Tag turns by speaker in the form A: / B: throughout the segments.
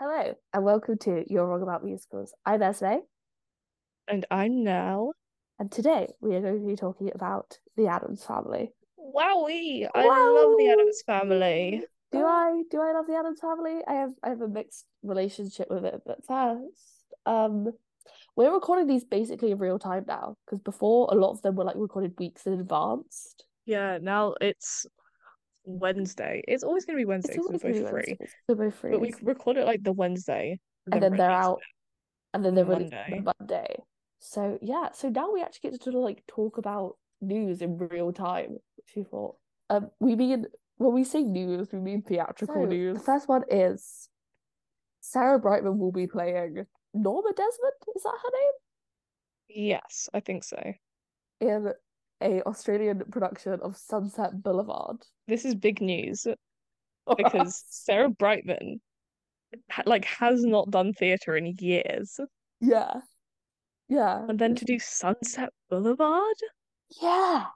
A: Hello, and welcome to You're Wrong About Musicals. I'm Esme,
B: And I'm Nell.
A: and today we are going to be talking about the Addams Family.
B: Wowie! I love the
A: Wow.
B: Addams Family.
A: Do
B: Oh.
A: I? Do I love the Addams Family? I have I have a mixed relationship with it. But first, um, we're recording these basically in real time now because before a lot of them were like recorded weeks in advance.
B: Yeah, now it's Wednesday. It's always going to be Wednesday
A: It's always
B: because we're
A: gonna be
B: both free.
A: Wednesdays. They're both free,
B: But we record it like the Wednesday.
A: and then they're
B: release
A: out, and then
B: on
A: they're released on
B: Monday.
A: Monday. So yeah, so now we actually get to sort of like talk about news in real time, which we thought. Um, we mean when we say news, we mean theatrical
B: So, the
A: news. The first one is Sarah Brightman will be playing Norma Desmond. Is that her
B: Yes, I think so.
A: name in a Australian production of Sunset Boulevard?
B: This is big news because Sarah Brightman ha- like has not done theater in years.
A: yeah, yeah,
B: And then to do Sunset Boulevard?
A: yeah.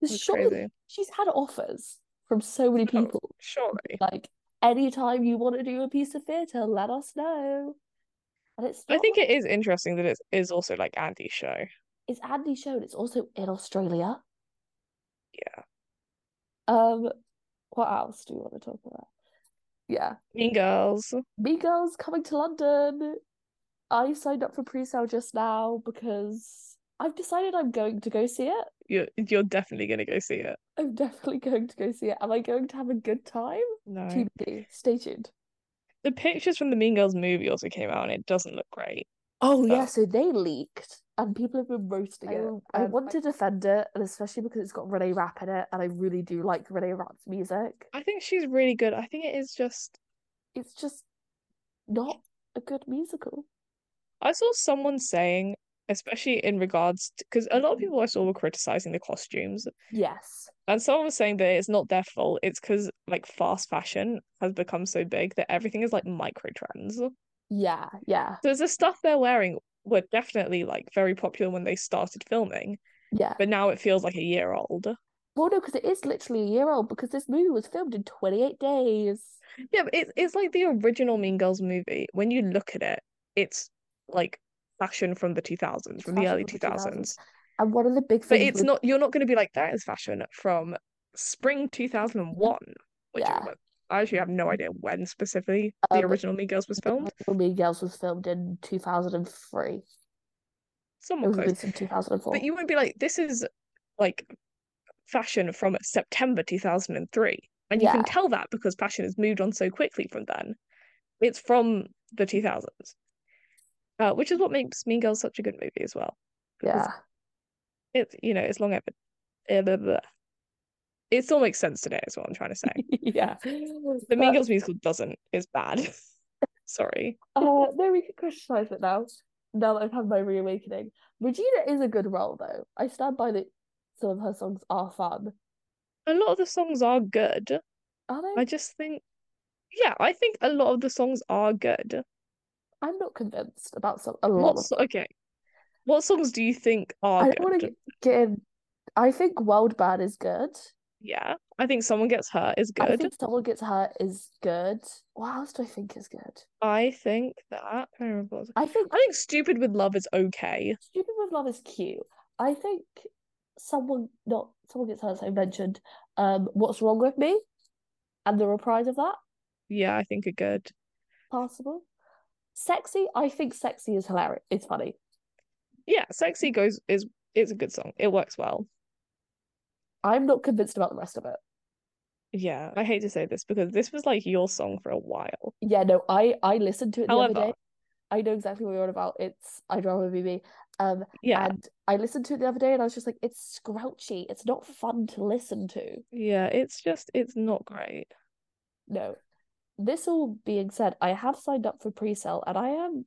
A: It's
B: That's
A: surely-
B: crazy.
A: she's had offers from so many
B: Oh.
A: people.
B: Surely.
A: like anytime you want to do a piece of theatre, let us know. And it's
B: I
A: not
B: think
A: like-
B: it is interesting that it is also like Andy's show.
A: it's Andy shown. It's also in Australia.
B: Yeah.
A: Um, what else do we want to talk about? Yeah,
B: Mean Girls.
A: Mean Girls coming to London. I signed up for pre-sale just now because I've decided I'm going to go see it.
B: You're you're definitely gonna go see it.
A: I'm definitely going to go see it. Am I going to have a good time?
B: No.
A: TBD. Stay tuned.
B: The pictures from the Mean Girls movie also came out and it doesn't look great.
A: Oh
B: But-
A: yeah, so they leaked and people have been roasting
B: I
A: it.
B: will-
A: I
B: um,
A: want
B: I-
A: to defend it, and especially because it's got Renee Rapp in it, and I really do like Renee Rapp's music.
B: I think she's really good. I think it is just
A: It's just not a good musical.
B: I saw someone saying, especially in regards because a lot of people I saw were criticizing the costumes.
A: Yes.
B: And someone was saying that it's not their fault. It's because like fast fashion has become so big that everything is like micro trends.
A: Yeah, yeah,
B: So the stuff they're wearing were definitely like very popular when they started filming,
A: yeah.
B: but now it feels like a year old.
A: Well, no, because it is literally a year old because this movie was filmed in 28 days.
B: Yeah, but it's it's like the original Mean Girls movie. When you look at it, it's like fashion from the 2000s,
A: It's
B: from the
A: fashion
B: early
A: from the 2000s.
B: 2000s.
A: And one of the big
B: But
A: things
B: it's
A: with
B: not, you're not going to be like, that is fashion from spring 2001, which
A: Yeah.
B: was- I actually have no idea when specifically the
A: Um,
B: original Mean Girls was filmed.
A: Mean Girls was filmed in 2003. It
B: Somewhat
A: was
B: Oh, close.
A: released in 2004.
B: But you won't be like, this is like fashion from September 2003. And you
A: Yeah.
B: can tell that because fashion has moved on so quickly from then. It's from the 2000s, uh, which is what makes Mean Girls such a good movie as well. Because
A: Yeah.
B: it's, you know, it's long ever. eh, blah, blah. It still makes sense today, is what I'm trying to say.
A: Yeah.
B: The
A: But-
B: Mean Girls musical doesn't, is bad. Sorry.
A: Uh, no, we can criticize it now. Now that I've had my reawakening, Regina is a good role though. I stand by that. Some of her songs are fun.
B: A lot of the songs are good.
A: Are
B: I
A: they?
B: just think, yeah, I think a lot of the songs are good.
A: I'm not convinced about some. A lot
B: What,
A: of.
B: so- okay. What songs do you think are
A: I
B: good?
A: don't want to get in. I think World Bad is good.
B: Yeah, I think someone gets hurt is
A: I
B: good.
A: think Someone Gets Hurt is good. What else do I think is good?
B: I think that I remember what it was.
A: I think
B: I think Stupid with Love is okay.
A: Stupid with Love is cute. I think someone not someone gets hurt. As I mentioned, um, What's Wrong with Me, and the reprise of that.
B: Yeah, I think are good.
A: possible. Sexy, I think sexy is hilarious. It's funny.
B: Yeah, Sexy goes is is a good song. It works well.
A: I'm not convinced about the rest of it.
B: Yeah, I hate to say this because this was like your song for a while.
A: Yeah, no, I I listened to it the other
B: However-
A: day. I know exactly what you're on about. It's I'd rather be me. Um,
B: Yeah,
A: and I listened to it the other day, and I was just like, it's scrouchy. It's not fun to listen to.
B: yeah, it's just it's not great.
A: No. This all being said, I have signed up for pre-sale, and I am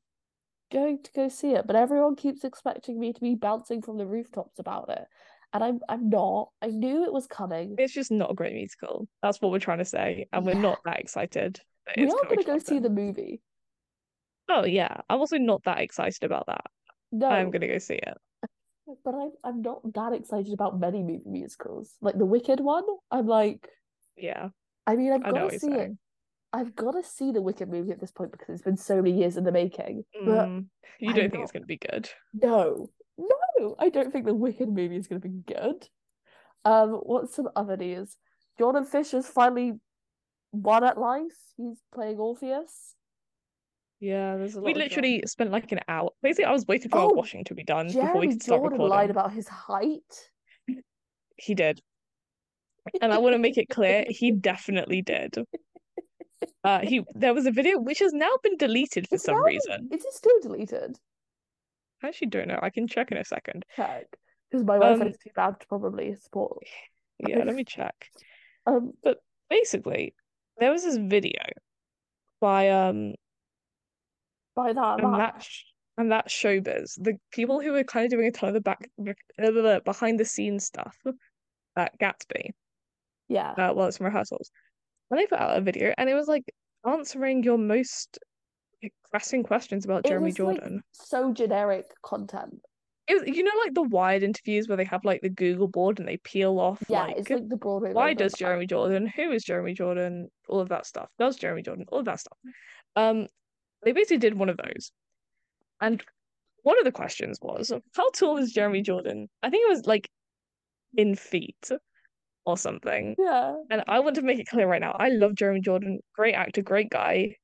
A: going to go see it. But everyone keeps expecting me to be bouncing from the rooftops about it, and I'm I'm not. I knew it was coming.
B: It's just not a great musical. That's what we're trying to say, and we're
A: Yeah.
B: not that excited. that
A: We
B: it's
A: are
B: coming
A: gonna
B: to
A: go see
B: London.
A: the movie.
B: Oh yeah, I'm also not that excited about that.
A: No,
B: I'm gonna go see it.
A: but I'm I'm not that excited about many movie musicals. Like the Wicked one, I'm like,
B: Yeah,
A: I mean, I've
B: I know
A: got
B: what
A: to
B: you're
A: see it.
B: saying.
A: I've got to see the Wicked movie at this point because it's been so many years in the making. But
B: Mm, you
A: I'm
B: don't think
A: not-
B: it's going to be good.
A: no, no, I don't think the Wicked movie is going to be good. Um, what's some other news? Jordan Fisher's finally won at life. He's playing Orpheus.
B: Yeah, there's
A: a
B: We
A: lot of
B: literally spent like an hour. Basically, I was waiting for
A: Oh,
B: our washing to be done before we
A: Jeremy
B: could start
A: Jordan lied
B: recording.
A: about his height.
B: He did. And I want to make it clear, he definitely did. Uh, he there was a video which has now been deleted for
A: It's
B: some
A: now-
B: reason.
A: Is it still deleted?
B: I actually don't know. I can check in a second.
A: Check. Because my
B: Um,
A: Wi-Fi is too loud to probably support.
B: Yeah, let me check.
A: Um,
B: Basically, there was this video by um
A: by that,
B: and
A: that.
B: that sh and that showbiz, the people who were kind of doing a ton of the back bec- uh, the behind the scenes stuff at Gatsby,
A: Yeah.
B: uh, while it's in rehearsals. And they put out a video, and it was like answering your most like, pressing questions about
A: It
B: Jeremy
A: was, like,
B: Jordan.
A: So generic content.
B: It was, you know, like the Wired interviews where they have like the Google board and they peel off
A: Yeah,
B: like
A: it's like the Broadway
B: why
A: version of
B: does
A: that.
B: Jeremy Jordan, who is Jeremy Jordan, all of that stuff. Does Jeremy Jordan, all of that stuff. Um, they basically did one of those, and one of the questions was, how tall is Jeremy Jordan? I think it was like in feet or something.
A: Yeah.
B: And I want to make it clear right now, I love Jeremy Jordan. Great actor, great guy.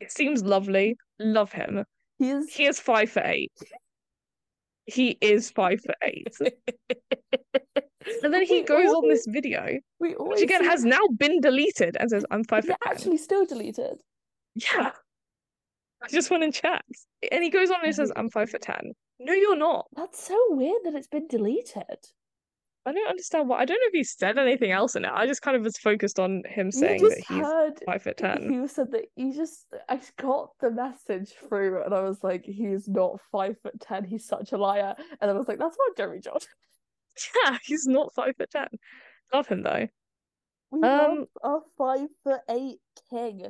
B: It seems lovely. Love him.
A: He is
B: He is five for eight. He is five for eight. And then he
A: We
B: goes on
A: always-
B: this video,
A: we
B: which
A: always
B: again
A: see-
B: has now been deleted, and says, "I'm five
A: yeah,
B: foot ten."
A: actually still deleted.
B: Yeah, I just went and checked. And he goes on and says, "I'm five foot ten." No, you're not.
A: That's so weird that it's been deleted.
B: I don't understand why. I don't know if he said anything else in it. I just kind of was focused on him
A: You
B: saying that
A: just
B: he's
A: heard
B: five foot ten.
A: you said that you just I just got the message through and I was like, he is not five foot ten, he's such a liar. And I was like, that's not Jeremy Jordan.
B: Yeah, he's not five foot ten. Love him though.
A: We love
B: Um,
A: our five foot eight king.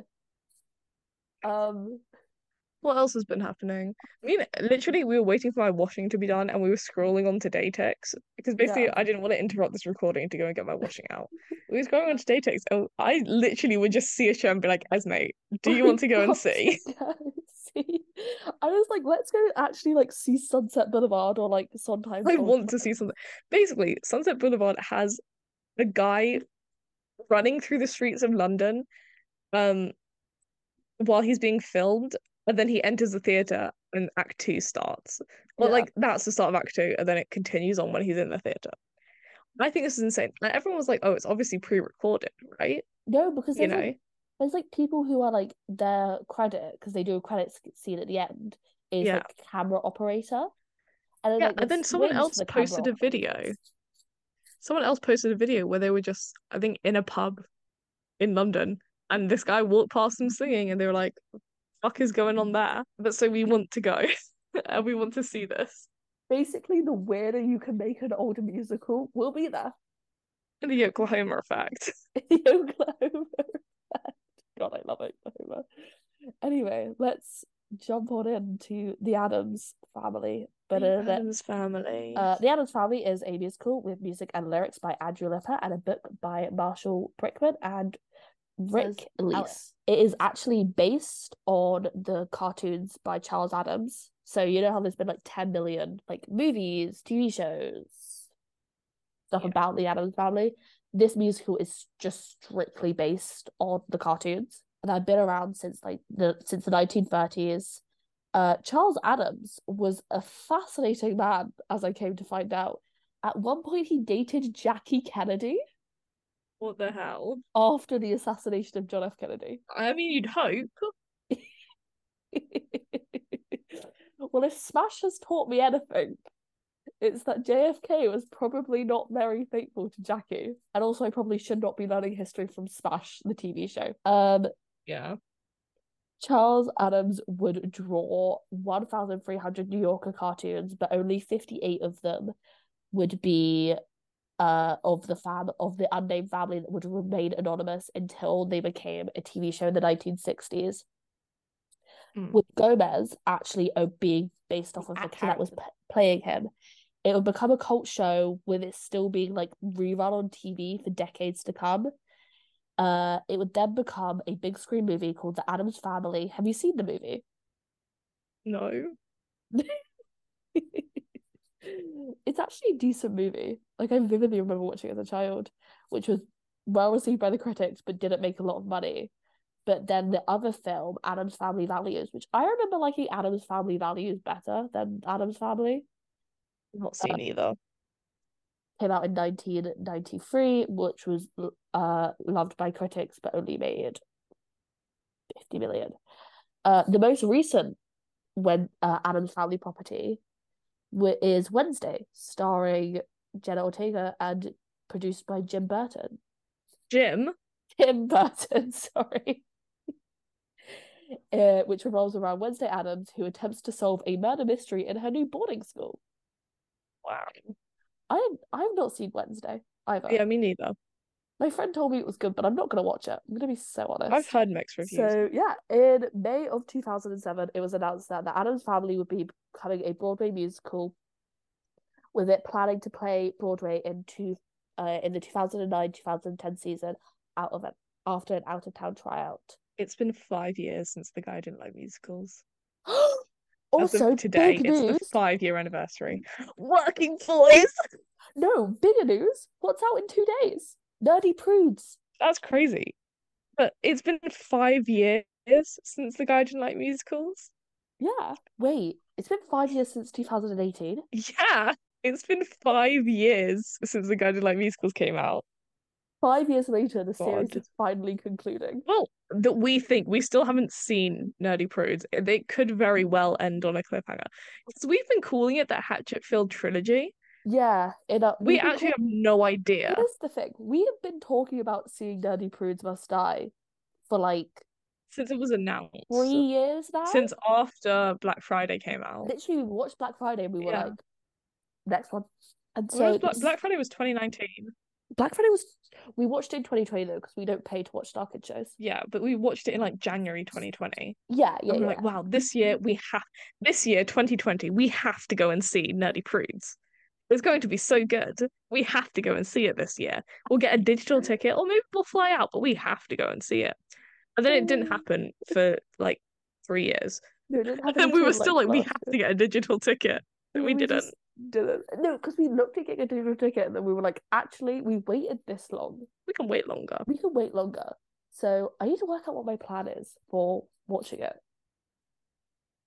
A: Um
B: what else has been happening? I mean, literally, we were waiting for my washing to be done, and we were scrolling on to Daytex because basically,
A: Yeah.
B: I didn't want to interrupt this recording to go and get my washing out. We were scrolling on to Daytex, and I literally would just see a show and be like, "Esme, do you
A: we
B: want to go and
A: got to
B: see?"
A: go and see. I was like, let's go actually like see Sunset Boulevard or like Sondheim.
B: I
A: Shores
B: want to
A: Road.
B: see something. Basically, Sunset Boulevard has a guy running through the streets of London, um, while he's being filmed, and then he enters the theater, and Act Two starts. Well,
A: Yeah.
B: like that's the start of Act Two, and then it continues on when he's in the theater. I think this is insane. And everyone was like, oh, it's obviously pre-recorded, right?
A: No, because
B: You
A: there's like
B: know?
A: there's like people who are like their credit because they do a credit sc- scene at the end is
B: Yeah.
A: like camera operator, and then
B: Yeah.
A: like they've
B: And then someone
A: switched
B: else
A: the camera
B: posted a video.
A: operators.
B: Someone else posted a video where they were just, I think, in a pub in London, and this guy walked past them singing, and they were like, fuck is going on there? But so we want to go and we want to see this.
A: Basically, the weirder you can make an older musical, we'll be there.
B: And the Oklahoma effect.
A: The Oklahoma. Effect. God, I love Oklahoma. Anyway, let's jump on into the Adams family. But
B: The
A: uh,
B: Addams Family.
A: Uh, The Addams Family is a musical with music and lyrics by Andrew Lipper and a book by Marshall Brickman and Rick Lees. It is actually based on the cartoons by Charles Adams. So you know how there's been like 10 million like movies, TV shows, stuff
B: Yeah.
A: about the Adams Family. This musical is just strictly based on the cartoons, and I've been around since like the since the 1930s uh, Charles Adams was a fascinating man, as I came to find out. At one point, he dated Jackie Kennedy
B: what the hell?
A: after the assassination of John F. Kennedy.
B: I mean, you'd hope.
A: well, if Smash has taught me anything, it's that JFK was probably not very faithful to Jackie. And also, I probably should not be learning history from Smash, the TV show. Um,
B: Yeah.
A: Charles Adams would draw 1,300 New Yorker cartoons, but only 58 of them would be uh, of the fam of the unnamed family that would remain anonymous until they became a TV show in the 1960s.
B: Mm.
A: With Gomez actually uh, being based off of the
B: That
A: kid that was p- playing him, it would become a cult show with it still being like rerun on TV for decades to come. Uh, it would then become a big screen movie called The Adams Family. Have you seen the movie?
B: No.
A: It's actually a decent movie. Like I vividly remember watching it as a child, which was well received by the critics, but didn't make a lot of money. But then the other film, Adam's Family Values, which I remember liking Adam's Family Values better than Adam's Family,
B: Not seen either.
A: came out in 1993, which was uh loved by critics but only made 50 million. Uh, the most recent when uh, Adam's Family Property wh- is Wednesday, starring Jenna Ortega and produced by Jim Burton.
B: Jim,
A: Tim Burton, sorry. Uh, which revolves around Wednesday Adams, who attempts to solve a murder mystery in her new boarding school.
B: wow.
A: I I have not seen Wednesday either.
B: Yeah, me neither.
A: My friend told me it was good, but I'm not going to watch it. I'm going to be so honest.
B: I've heard mixed reviews.
A: So yeah, in May of 2007, it was announced that the Adams Family would be becoming a Broadway musical, with it planning to play Broadway in two, uh, in the 2009-2010 season, out of it after an out of town tryout.
B: It's been five years since the guy didn't like musicals. As of
A: also,
B: today,
A: big
B: it's
A: news.
B: the five year anniversary. Working boys!
A: No, bigger news. What's out in two days? Nerdy Prudes.
B: That's crazy. But it's been five years since the guy didn't like musicals.
A: Yeah. Wait, it's been five years since 2018.
B: Yeah, it's been five years since the guy didn't like musicals came out.
A: Five years later, the series
B: God.
A: is finally concluding.
B: Well, that we think we still haven't seen Nerdy Prudes. They could very well end on a cliffhanger. Because we've been calling it the Hatchetfield trilogy.
A: Yeah, in a,
B: We
A: we've been
B: actually
A: call-
B: have no idea.
A: Here's the thing: we have been talking about seeing Nerdy Prudes Must Die for like
B: since it was announced.
A: three years now.
B: Since after Black Friday came out.
A: literally we watched Black Friday, and we were
B: Yeah.
A: like, next one. And
B: When
A: so
B: was Black,
A: s-
B: Black Friday was 2019.
A: Black Friday was we watched it in 2020 though because we don't pay to watch Star Kids shows.
B: Yeah, but we watched it in like January 2020.
A: Yeah,
B: And
A: yeah,
B: we
A: yeah.
B: are like, wow, this year we have, this year 2020, we have to go and see Nerdy Prudes. It's going to be so good. We have to go and see it this year. We'll get a digital ticket, or maybe we'll fly out, but we have to go and see it. And then it didn't
A: Mm.
B: happen for like three years.
A: No, it didn't
B: And
A: happen
B: then we were
A: until,
B: still like, we
A: last
B: have
A: year.
B: to get a digital ticket.
A: And
B: we
A: then
B: didn't.
A: just didn't. No, because we looked at getting a digital ticket and then we were like, actually, we waited this long.
B: We can wait longer.
A: We can wait longer. So I need to work out what my plan is for watching it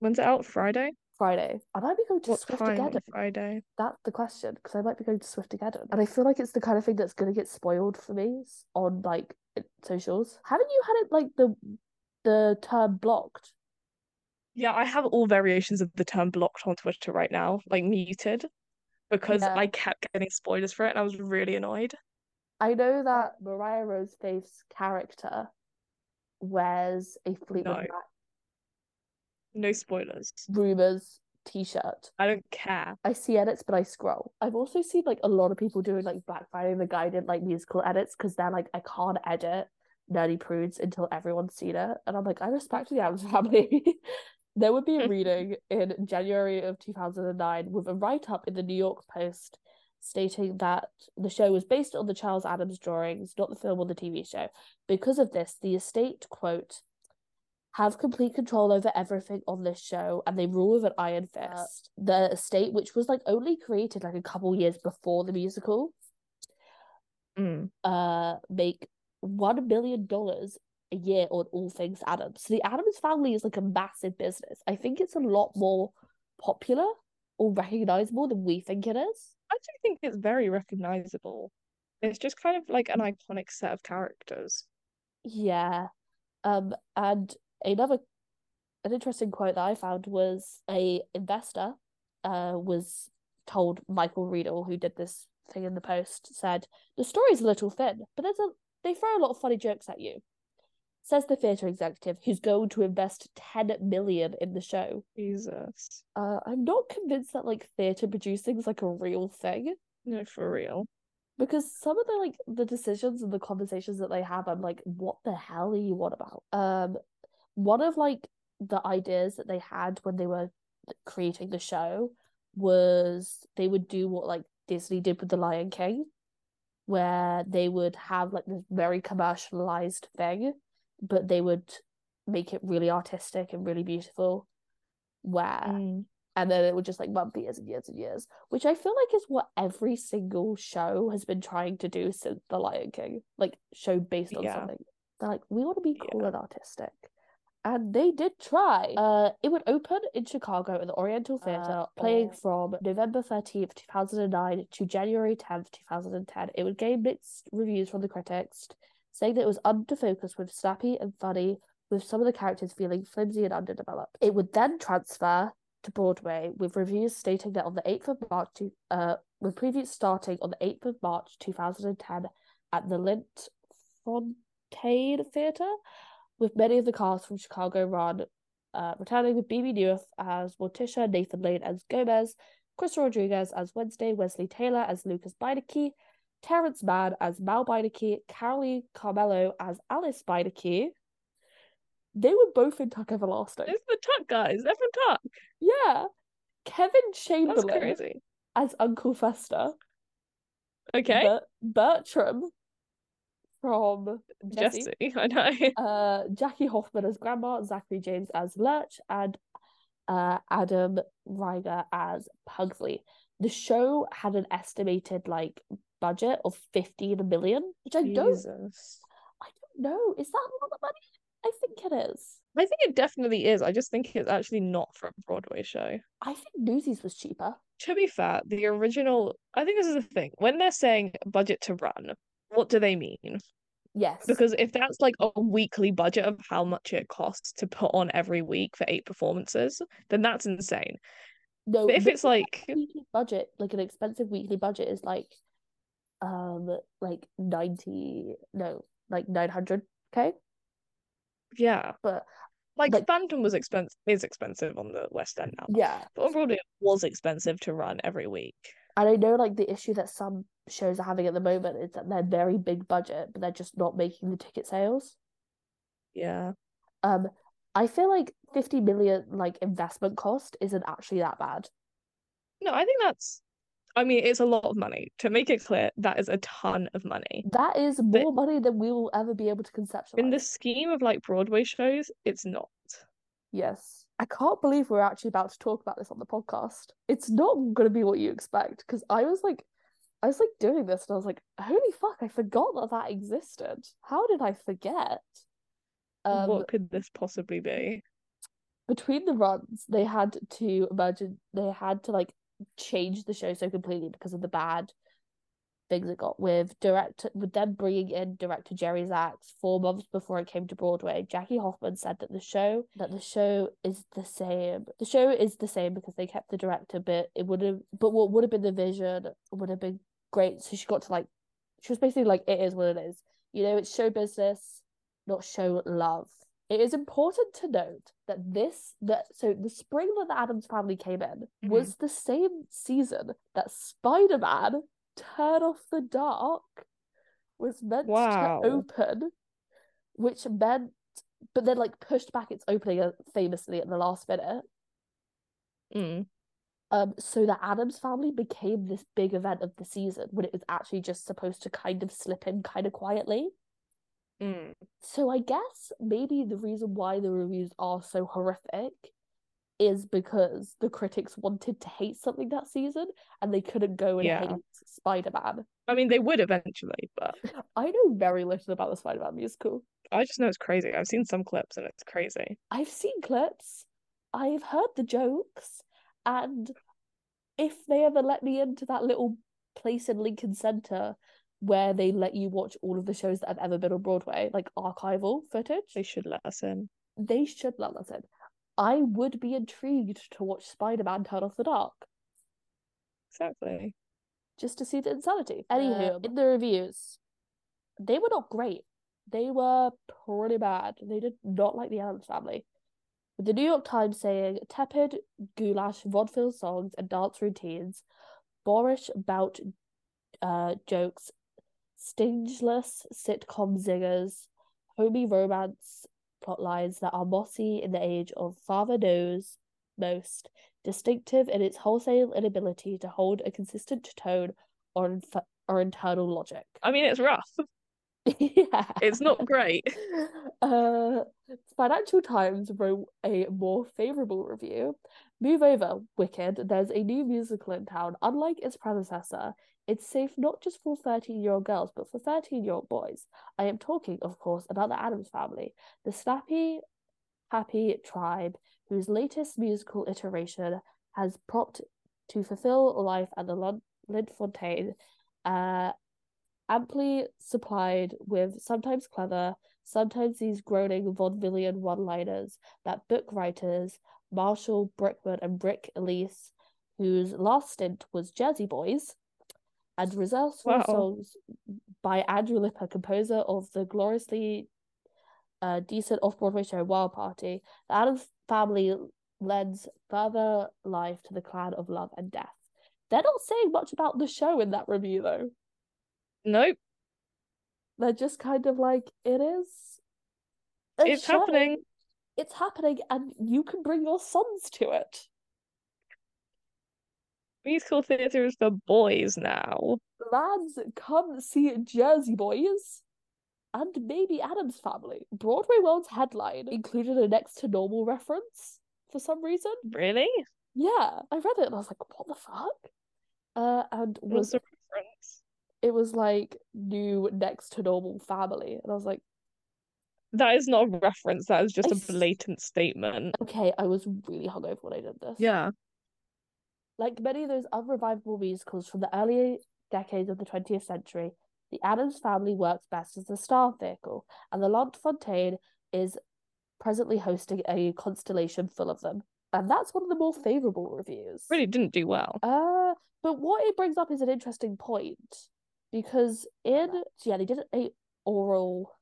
B: When's it out? Friday?
A: Friday. I might be going to
B: What
A: Swift
B: time
A: again.
B: on Friday?
A: That's the question because I might be going to Swift again. And I feel like it's the kind of thing that's going to get spoiled for me s- on like it- socials. Haven't you had it like the the term blocked?
B: Yeah, I have all variations of the term blocked on Twitter right now, like muted, because
A: Yeah.
B: I kept getting spoilers for it and I was really annoyed.
A: I know that Mariah Rose Faith's character wears a Fleetwood
B: No.
A: Mac
B: No spoilers.
A: rumors t-shirt.
B: I don't care.
A: I see edits, but I scroll. I've also seen like a lot of people doing like Black Friday and the guy did like musical edits because they're like, I can't edit Nerdy Prudes until everyone's seen it. And I'm like, I respect the Adams family. there would be a reading in January of 2009 with a write up in the New York Post stating that the show was based on the Charles Adams drawings, not the film or the TV show. Because of this, the estate, quote, have complete control over everything on this show and they rule with an iron fist. The estate, which was like only created like a couple years before the musical,
B: Mm.
A: uh, make one million dollars a year on all things Adams. So the Adams family is like a massive business. I think it's a lot more popular or recognizable than we think it is.
B: I do think it's very recognizable. It's just kind of like an iconic set of characters.
A: Yeah. Um, and another an interesting quote that I found was a investor uh was told Michael Riedel, who did this thing in the post, said, The story's a little thin, but there's a they throw a lot of funny jokes at you. Says the theatre executive who's going to invest ten million in the show.
B: Jesus.
A: Uh, I'm not convinced that like theatre producing is like a real thing
B: No, for real.
A: because some of the like the decisions and the conversations that they have i'm like what the hell are you on about um one of like the ideas that they had when they were creating the show was they would do what like disney did with the lion king where they would have like this very commercialized thing, but they would make it really artistic and really beautiful. Where
B: Mm.
A: and then it would just like run for years and years and years, which I feel like is what every single show has been trying to do since The Lion King, like show based on
B: Yeah.
A: something. They're like, we want to be cool
B: Yeah.
A: and artistic, and they did try. Uh, it would open in Chicago at the Oriental Theater,
B: Uh,
A: playing
B: oh.
A: from November thirteenth, two thousand and nine, to January tenth, two thousand and ten. It would gain mixed reviews from the critics, saying that it was under focus with snappy and funny. With some of the characters feeling flimsy and underdeveloped. It would then transfer to Broadway, with reviews stating that on the 8th of March, two- uh, with previews starting on the 8th of March 2010 at the Lint Fontaine Theatre, with many of the cast from Chicago Run uh, returning with Bibi Neweth as Morticia, Nathan Lane as Gomez, Chris Rodriguez as Wednesday, Wesley Taylor as Lucas Beinecke, Terrence Mann as Mal Beinecke, Carolee Carmelo as Alice Beinecke. They were both in Tuck Everlasting.
B: It's the Tuck guys. They're from Tuck.
A: Yeah. Kevin
B: That's
A: Chamberlain
B: crazy.
A: as Uncle Fester.
B: Okay,
A: Ber- Bertram from Jesse.
B: Jesse. I know.
A: Uh, Jackie Hoffman as Grandma, Zachary James as Lurch, and uh, Adam Riger as Pugsley. The show had an estimated like budget of 15 million, which I don't
B: Jesus.
A: know. Is that a lot of money? I think it is.
B: I think it definitely is. I just think it's actually not from a Broadway show.
A: I think Newsies was cheaper.
B: To be fair, the original, I think this is the thing. When they're saying budget to run, what do they mean?
A: Yes.
B: Because if that's like a weekly budget of how much it costs to put on every week for eight performances, then that's insane.
A: no,
B: But if
A: the-
B: it's like,
A: weekly budget, like an expensive weekly budget, is like, um, like ninety, no, like nine hundred k.
B: yeah,
A: But
B: like
A: Like-
B: Phantom was expensive, is expensive on the West End now,
A: yeah,
B: but on Broadway it was expensive to run every week.
A: and I know like the issue that some shows are having at the moment is that they're very big budget, but they're just not making the ticket sales.
B: Yeah,
A: Um, I feel like fifty million like investment cost isn't actually that bad.
B: no, I think that's. I mean, it's a lot of money. To make it clear, that is a ton of money.
A: That is more money than we will ever be able to conceptualize.
B: In the scheme of like Broadway shows, it's not.
A: Yes. I can't believe we're actually about to talk about this on the podcast. It's not going to be what you expect because I was like, I was like doing this and I was like, holy fuck, I forgot that that existed. How did I forget? Um,
B: what could this possibly be?
A: between the runs, they had to imagine they had to like change the show so completely because of the bad things it got with director with them bringing in director Jerry Zaks four months before it came to Broadway. Jackie Hoffman said that the show that the show is the same. The show is the same because they kept the director, but it would have but what would have been the vision would have been great. So she got to like she was basically like it is what it is. You know, it's show business, not show love. It is important to note that this that so the spring that the Adams family came in
B: Mhm.
A: was the same season that Spider Man Turn Off the Dark was meant
B: Wow.
A: to open, which meant but then like pushed back its opening uh, famously at the last minute.
B: Mm.
A: Um, so the Adams family became this big event of the season when it was actually just supposed to kind of slip in kind of quietly.
B: Mm.
A: So I guess maybe the reason why the reviews are so horrific is because the critics wanted to hate something that season and they couldn't go and
B: Yeah.
A: hate Spider-Man.
B: I mean, they would eventually, but
A: I know very little about the Spider-Man musical.
B: I just know it's crazy. I've seen some clips and it's crazy.
A: I've seen clips, I've heard the jokes, and if they ever let me into that little place in Lincoln Center where they let you watch all of the shows that have ever been on Broadway, like archival footage,
B: They should let us in.
A: they should let us in. I would be intrigued to watch Spider Man turn off the dark
B: Exactly.
A: just to see the insanity. Anywho, in the reviews, they were not great. They were pretty bad. They did not like the Adams family. With the New York Times saying tepid, goulash, vaudeville songs and dance routines, boorish bout uh, jokes, stingless sitcom zingers, homey romance plot lines that are mossy in the age of father knows most, distinctive in its wholesale inability to hold a consistent tone or inf- our internal logic.
B: I mean, it's rough.
A: yeah.
B: It's not great.
A: Uh, Financial Times wrote a more favourable review. Move over, Wicked. There's a new musical in town. Unlike its predecessor, it's safe not just for 13 year old girls, but for 13 year old boys. I am talking, of course, about the Adams family, the snappy, happy tribe whose latest musical iteration has propped to fulfill life at the Lon- Lindfontein. Uh, amply supplied with sometimes clever, sometimes these groaning vaudevillian one liners that book writers Marshall, Brickman, and Brick Elise, whose last stint was Jersey Boys, and resourceful
B: Wow.
A: songs by Andrew Lipper, composer of the gloriously uh, decent off Broadway show Wild Party, the Adams family lends further life to the clan of love and death. They're not saying much about the show in that review, though
B: Nope,
A: they're just kind of like it is a
B: it's
A: show.
B: happening.
A: it's happening and you can bring your sons to it
B: Musical theatre is for boys now.
A: lads come see jersey boys and maybe adam's family broadway world's headline included a next to normal reference for some reason
B: Really?
A: yeah i read it and i was like what the fuck uh and
B: What's
A: was
B: the reference?
A: it was like new next to normal family and i was like
B: That is not a reference. That is just
A: I s-
B: a blatant statement.
A: okay i was really hungover when i did this
B: Yeah.
A: Like many of those unrevivable musicals from the earlier decades of the 20th century, the Adams family works best as the star vehicle, and the L'Enfontaine is presently hosting a constellation full of them. And that's one of the more favourable reviews.
B: Really didn't do well.
A: Uh, but what it brings up is an interesting point because in yeah they did a oral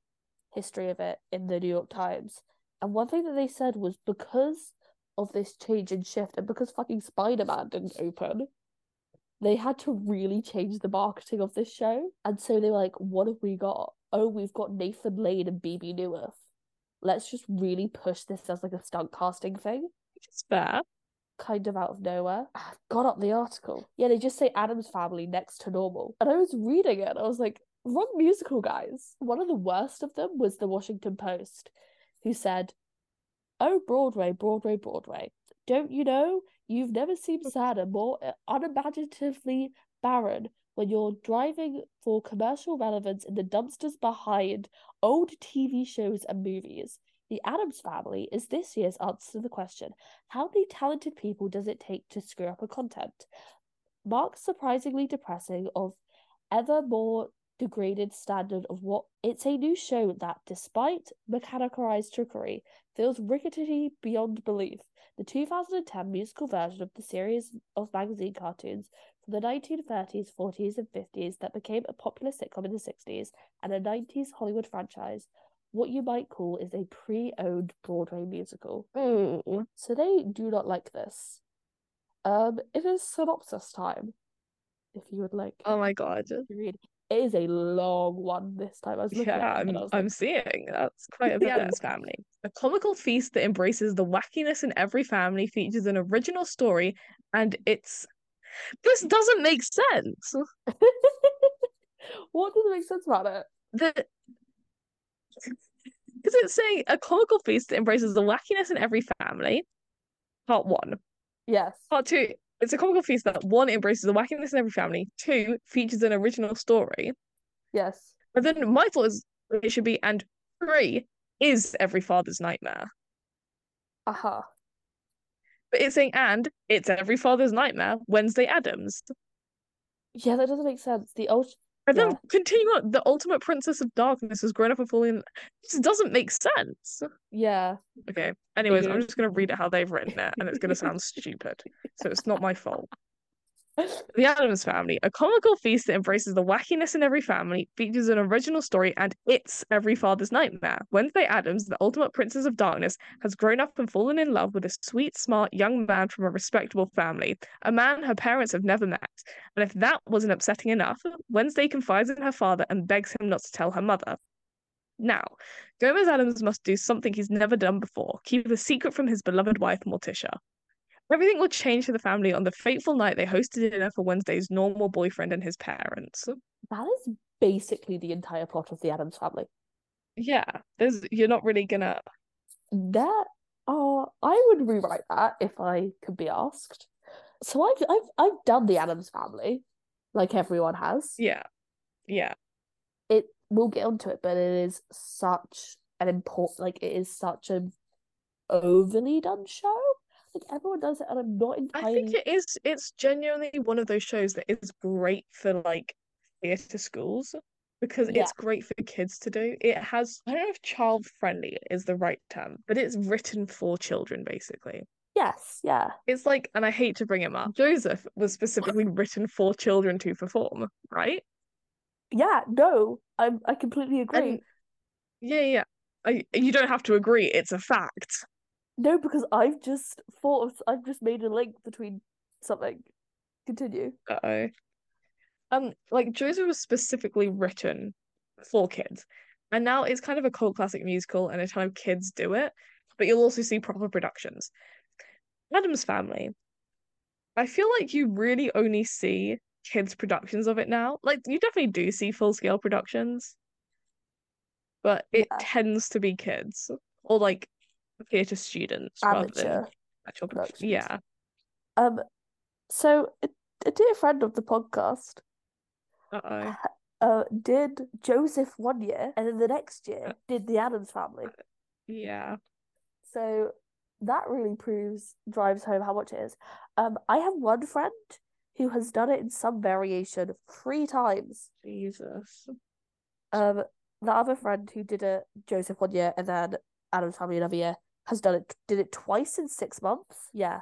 A: history of it in the New York Times, and one thing that they said was because of this change and shift, and because fucking Spider Man didn't open, they had to really change the marketing of this show, and so they were like, "What have we got? Oh, we've got Nathan Lane and BB Newirth. Let's just really push this as like a stunt casting thing."
B: It's fair.
A: kind of out of nowhere. I got up the article. Yeah, they just say Adam's family next to normal. And I was reading it and I was like, wrong musical guys. One of the worst of them was the Washington Post, who said, Oh, Broadway, Broadway, Broadway. Don't you know? You've never seemed sadder, more uh, unimaginatively barren when you're driving for commercial relevance in the dumpsters behind old TV shows and movies. The Adams Family is this year's answer to the question how many talented people does it take to screw up a content? Mark's surprisingly depressing of ever more degraded standard of what it's a new show that, despite mechanicalized trickery, feels rickety beyond belief. The 2010 musical version of the series of magazine cartoons from the 1930s, 40s, and 50s that became a popular sitcom in the 60s and a 90s Hollywood franchise, what you might call is a pre owned Broadway musical.
B: Ooh.
A: So they do not like this. Um, it is synopsis time. If you would like
B: Oh my god.
A: to read, it is a long one this time. I was looking at
B: Yeah,
A: it
B: I'm
A: and I was
B: I'm
A: like,
B: seeing that's quite a bit.
A: Yeah.
B: Addams Family, a comical feast that embraces the wackiness in every family, features an original story, and it's this doesn't make sense.
A: what doesn't make sense about it?
B: The because it's saying a comical feast that embraces the wackiness in every family. Part one,
A: Yes.
B: part two. It's a comical feast that one embraces the wackiness in every family. Two features an original story.
A: Yes.
B: But then my thought is it should be and three is every father's nightmare.
A: Aha.
B: But it's saying, and it's every father's nightmare, Wednesday Adams.
A: Yeah, that doesn't make sense. The old
B: And
A: Yeah.
B: then continue on, the ultimate princess of darkness has grown up and fallen. This doesn't make sense.
A: yeah.
B: Okay. Anyways, I'm
A: Figured.
B: just going to read it how they've written it, and it's going to sound stupid. So it's not my fault. The Adams Family, a comical feast that embraces the wackiness in every family, features an original story, and it's every father's nightmare. Wednesday Adams, the ultimate princess of darkness, has grown up and fallen in love with a sweet, smart young man from a respectable family, a man her parents have never met. And if that wasn't upsetting enough, Wednesday confides in her father and begs him not to tell her mother. Now, Gomez Adams must do something he's never done before keep a secret from his beloved wife, Morticia. Everything will change for the family on the fateful night they hosted dinner for Wednesday's normal boyfriend and his parents.
A: That is basically the entire plot of the Adams family.
B: Yeah, there's you're not really gonna.
A: There are I would rewrite that if I could be asked. So I've I've I've done the Adams family, like everyone has.
B: Yeah, yeah,
A: It we'll get onto it, but it is such an important like it is such an overly done show. Like everyone does it, and I'm not entirely.
B: I think it is. It's genuinely one of those shows that is great for like theatre schools because
A: Yeah.
B: it's great for kids to do. It has I don't know if child friendly is the right term, but it's written for children basically.
A: Yes, yeah.
B: It's like, and I hate to bring him up. Joseph was specifically written for children to perform, right?
A: Yeah, no, I'm I completely agree.
B: And yeah, yeah. I, you don't have to agree. It's a fact.
A: No, because I've just thought of, I've just made a link between something. Continue.
B: Uh-oh. Um, like Joseph was specifically written for kids, and now it's kind of a cult classic musical, and a ton of kids do it. But you'll also see proper productions. Adam's Family. I feel like you really only see kids' productions of it now. Like you definitely do see full scale productions, but it
A: Yeah.
B: tends to be kids or like theatre students rather than
A: Amateur.
B: actual
A: productions.
B: production. Yeah.
A: Um, so a, a dear friend of the podcast
B: Uh oh.
A: uh did Joseph one year and then the next year
B: Uh.
A: did the Adams family.
B: Yeah.
A: So that really proves drives home how much it is. Um, I have one friend who has done it in some variation three times.
B: Jesus.
A: Um, the other friend who did it, Joseph one year, and then Adam's family another year, has done it. Did it twice in six months. Yeah.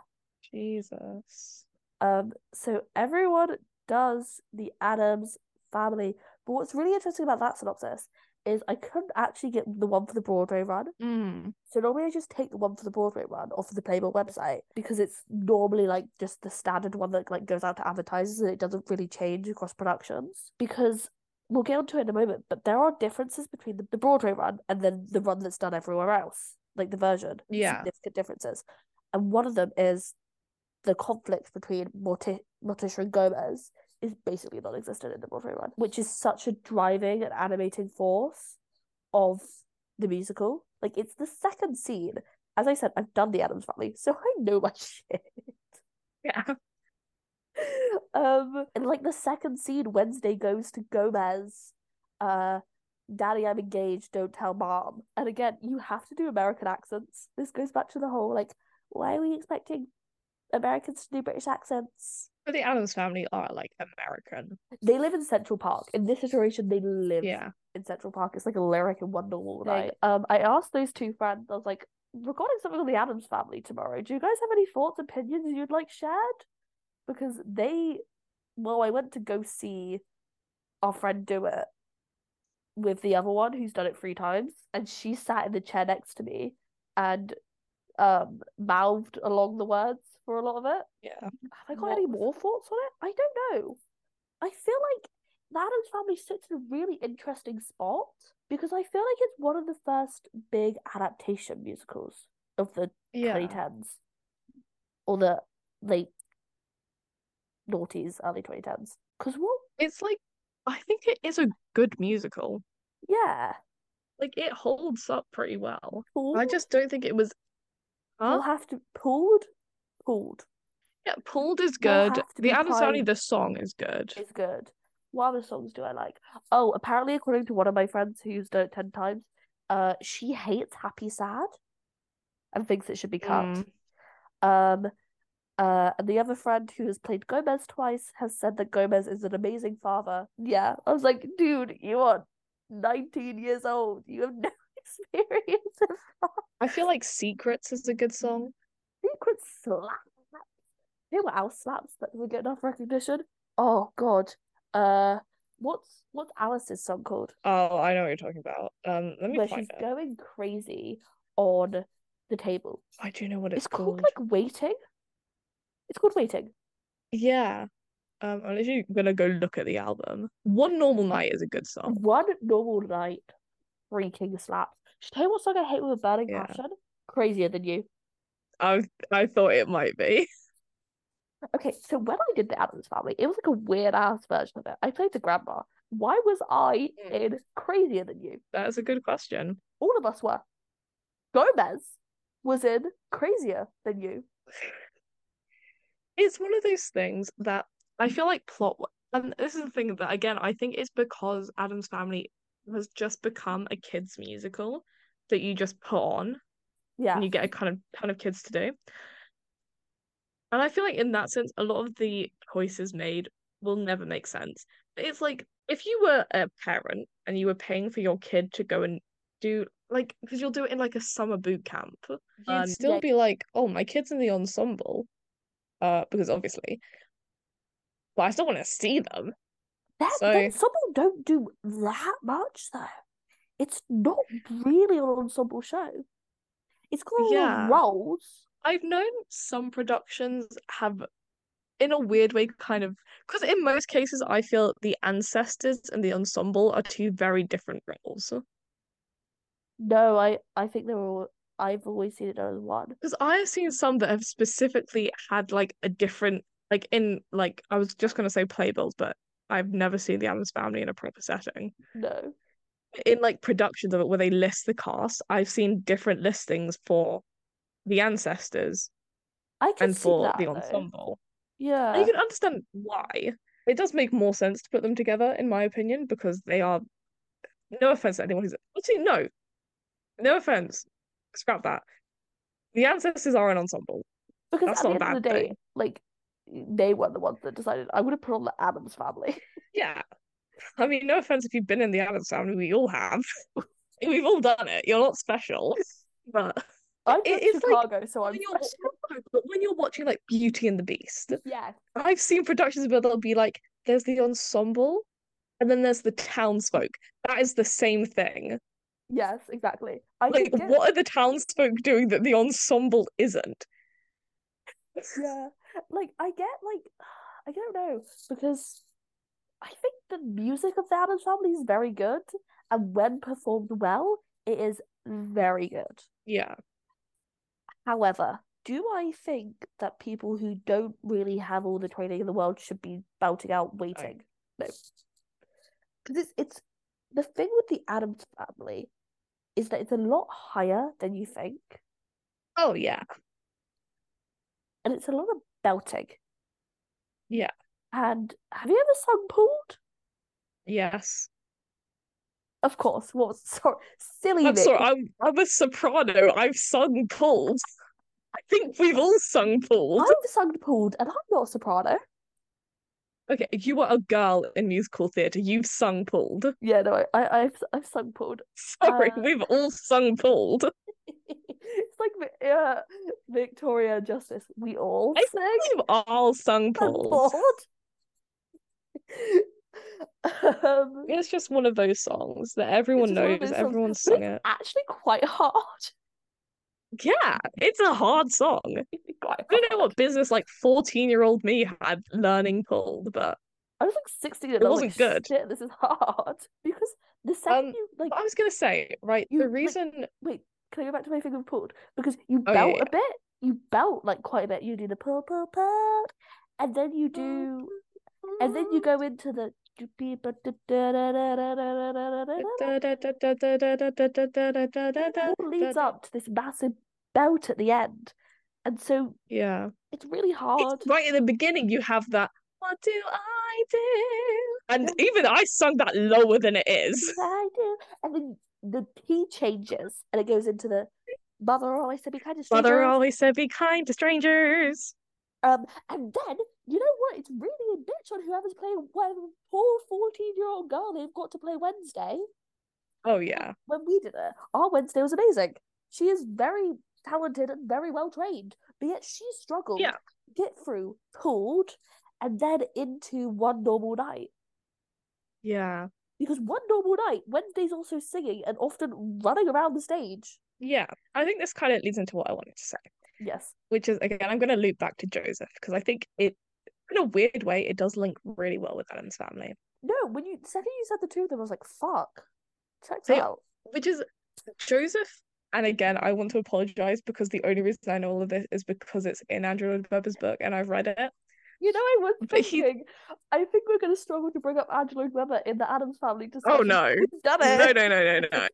B: Jesus.
A: Um. So everyone does the Adams family, but what's really interesting about that synopsis is I couldn't actually get the one for the Broadway run.
B: Mm.
A: So normally I just take the one for the Broadway run off of the Playboy website because it's normally like just the standard one that like goes out to advertisers and it doesn't really change across productions. Because we'll get onto it in a moment, but there are differences between the, the Broadway run and then the run that's done everywhere else, like the version.
B: Yeah.
A: Significant differences. And one of them is the conflict between Morti- Morticia and Gomez is basically non existent in the Broadway run, which is such a driving and animating force of the musical. Like it's the second scene. As I said, I've done the Adams Family, so I know my shit.
B: Yeah.
A: Um, and like the second scene, Wednesday goes to Gomez. Uh, Daddy, I'm engaged. Don't tell mom. And again, you have to do American accents. This goes back to the whole like, why are we expecting Americans to do British accents?
B: But the Adams family are like American.
A: They live in Central Park. In this iteration, they live
B: Yeah.
A: in Central Park. It's like a lyric in one normal
B: There you
A: night. Um, I asked those two friends. I was like, recording something on the Adams Family tomorrow. Do you guys have any thoughts, opinions you'd like shared? Because they, well, I went to go see our friend do it with the other one who's done it three times, and she sat in the chair next to me and um mouthed along the words for a lot of it.
B: Yeah.
A: Have I got
B: What-
A: any more thoughts on it? I don't know. I feel like the Adams Family sits in a really interesting spot because I feel like it's one of the first big adaptation musicals of the
B: Yeah.
A: 2010s or the late noughties, early 2010s. Because what?
B: It's like I think it is a good musical.
A: Yeah.
B: Like it holds up pretty well. I
A: Pulled?
B: just don't think it was huh?
A: We'll have to. Pulled? Pulled
B: Yeah, Pulled is
A: We'll
B: good.
A: have to
B: The
A: be
B: Adams Family,
A: kind.
B: the song is good.
A: is good. What other songs do I like? Oh, apparently, according to one of my friends who's done it 10 times, uh, she hates Happy Sad and thinks it should be cut.
B: Mm.
A: Um, uh, and the other friend who has played Gomez twice has said that Gomez is an amazing father. Yeah, I was like, dude, you are 19 years old. You have no experience of
B: I feel like Secrets is a good song.
A: secret slap. You know what else slaps that doesn't get enough recognition? Oh God. Uh, what's what's Alice's song called?
B: Oh, I know what you're talking about. Um, let me
A: Where Mm-hmm.
B: find
A: she's
B: it.
A: going crazy on the table.
B: I do know what
A: It's
B: it's
A: called
B: called.
A: like waiting. It's called waiting.
B: Yeah. Um, I'm literally gonna go look at the album. One Normal Night is a good song.
A: One normal night, freaking slaps. Should I tell you what song I hate with a burning
B: Yeah.
A: passion? Crazier than you.
B: I I thought it might be.
A: Okay, so when I did the Adams Family, it was like a weird ass version of it. I played the grandma, Why was I
B: Mm.
A: in crazier than you?
B: That is a good question.
A: All of us were. Gomez was in crazier than you.
B: it's one of those things that I feel like plot. And this is the thing that again I think it's because Adam's Family has just become a kids musical that you just put on
A: Yeah.
B: and you get a kind of ton of kids to do. And I feel like in that sense, a lot of the choices made will never make sense. But it's like if you were a parent and you were paying for your kid to go and do like because you'll do it in like a summer boot camp, um,
A: You'd
B: you'd still
A: yeah,
B: be like, oh, my kid's in the ensemble, uh, because obviously, but I still want to see them.
A: that-
B: so-
A: that some people don't do that much though. It's not really an ensemble show. It's got a lot of
B: Yeah.
A: roles.
B: I've known some productions have, in a weird way, kind of because in most cases, I feel the ancestors and the ensemble are two very different roles.
A: No, I I think they were. all I've always seen it as one.
B: Because I have seen some that have specifically had like a different, like in like I was just gonna say playbills, but I've never seen the Addams Family in a proper setting.
A: No,
B: in like productions of it where they list the cast, I've seen different listings for the ancestors
A: I can
B: and
A: see
B: for
A: that
B: the
A: though.
B: ensemble. And
A: Yeah,
B: you can understand why. It does make more sense to put them together, in my opinion, because they are no offense to anyone who's actually no. No offense. Scrap that. The ancestors are an ensemble.
A: because
B: that's
A: at the end
B: not a
A: of the
B: bad
A: day,
B: thing.
A: like they were the ones that decided I'm gonna put on the Adams family.
B: Yeah. I mean, no offense if you've been in the Adams family, we all have. We've all done it. You're not special. But
A: I'm from
B: It- it's like
A: Chicago, so I'm
B: when you're,
A: special.
B: but when you're watching like Beauty and the Beast,
A: Yeah,
B: I've seen productions where they'll be like, there's the ensemble and then there's the townsfolk. That is the same thing.
A: yes, exactly. I
B: Like,
A: think it-
B: what are the townsfolk doing that the ensemble isn't?
A: Yeah, like I get like I don't know because I think the music of the Addams Family is very good, and when performed well, it is very good.
B: Yeah.
A: However, do I think that people who don't really have all the training in the world should be belting out waiting? No, because it's it's the thing with the Addams Family is that it's a lot higher than you think,
B: Oh, yeah.
A: and it's a lot of belting.
B: Yeah.
A: And have you ever sung pooled?
B: Yes.
A: Of course. What? Sorry, silly
B: I'm
A: me.
B: sorry, I'm, I'm a soprano. I've sung pulled. I think we've all sung pulled.
A: I've sung pooled, and I'm not a soprano.
B: Okay, you are a girl in musical theatre. You've sung pulled.
A: Yeah, no, I, I I've I've sung pooled.
B: Sorry,
A: Uh,
B: we've all sung pulled.
A: it's like Vi- uh, Victoria Justice. We all
B: I
A: sing
B: We've all
A: sung
B: sung pulled.
A: pooled. um,
B: It's just one of those songs that everyone
A: just one of
B: knows,
A: those songs,
B: everyone's
A: but
B: sung
A: it's
B: it.
A: actually quite hard.
B: Yeah, it's a hard song. I
A: quite hard.
B: don't know what business like 14 year old me had learning pulled, but
A: I was like sixteen, and
B: It
A: I was like,
B: wasn't good.
A: Shit, this is hard because the second
B: Um,
A: you like
B: but I was gonna say, right,
A: You,
B: the
A: like,
B: reason
A: wait, can I go back to my thing with pulled? Because you
B: Oh, yeah,
A: belt a bit. You belt like quite a bit. You do the pull, pull, pull, and then you do, and then you go into the. It all leads up to this massive belt at the end, and so
B: Yeah.
A: it's really hard.
B: It's right at the beginning you have that what do I do? And
A: Yeah.
B: even I sung that lower than it is.
A: I do, and then the key changes, and it goes into the mother always to be kind of
B: Mother
A: strangers.
B: always said be kind to strangers.
A: Um, and then you know what? It's really a bitch on whoever's playing whatever poor fourteen-year-old girl they've got to play Wednesday.
B: Oh yeah.
A: When we did it, our Wednesday was amazing. She is very talented and very well trained, but yet she struggled
B: Yeah.
A: to get through pulled, and then into one normal night
B: Yeah.
A: because one normal night Wednesday's also singing and often running around the stage.
B: Yeah. I think this kind of leads into what I wanted to say,
A: Yes,
B: which is again, I'm gonna loop back to Joseph because I think it in a weird way it does link really well with Adam's family.
A: no. When you the second you said the two of them, I was like, "Fuck, checks
B: They-
A: out."
B: Which is Joseph and again I want to apologize because the only reason I know all of this is because it's in Andrew Lloyd Webber's book and I've read it.
A: You know, I was
B: But he-
A: thinking, I think we're going to struggle to bring up Angela and Weber in the Adams family discussion.
B: Oh no.
A: We've done
B: No, no,
A: it.
B: no, no, no.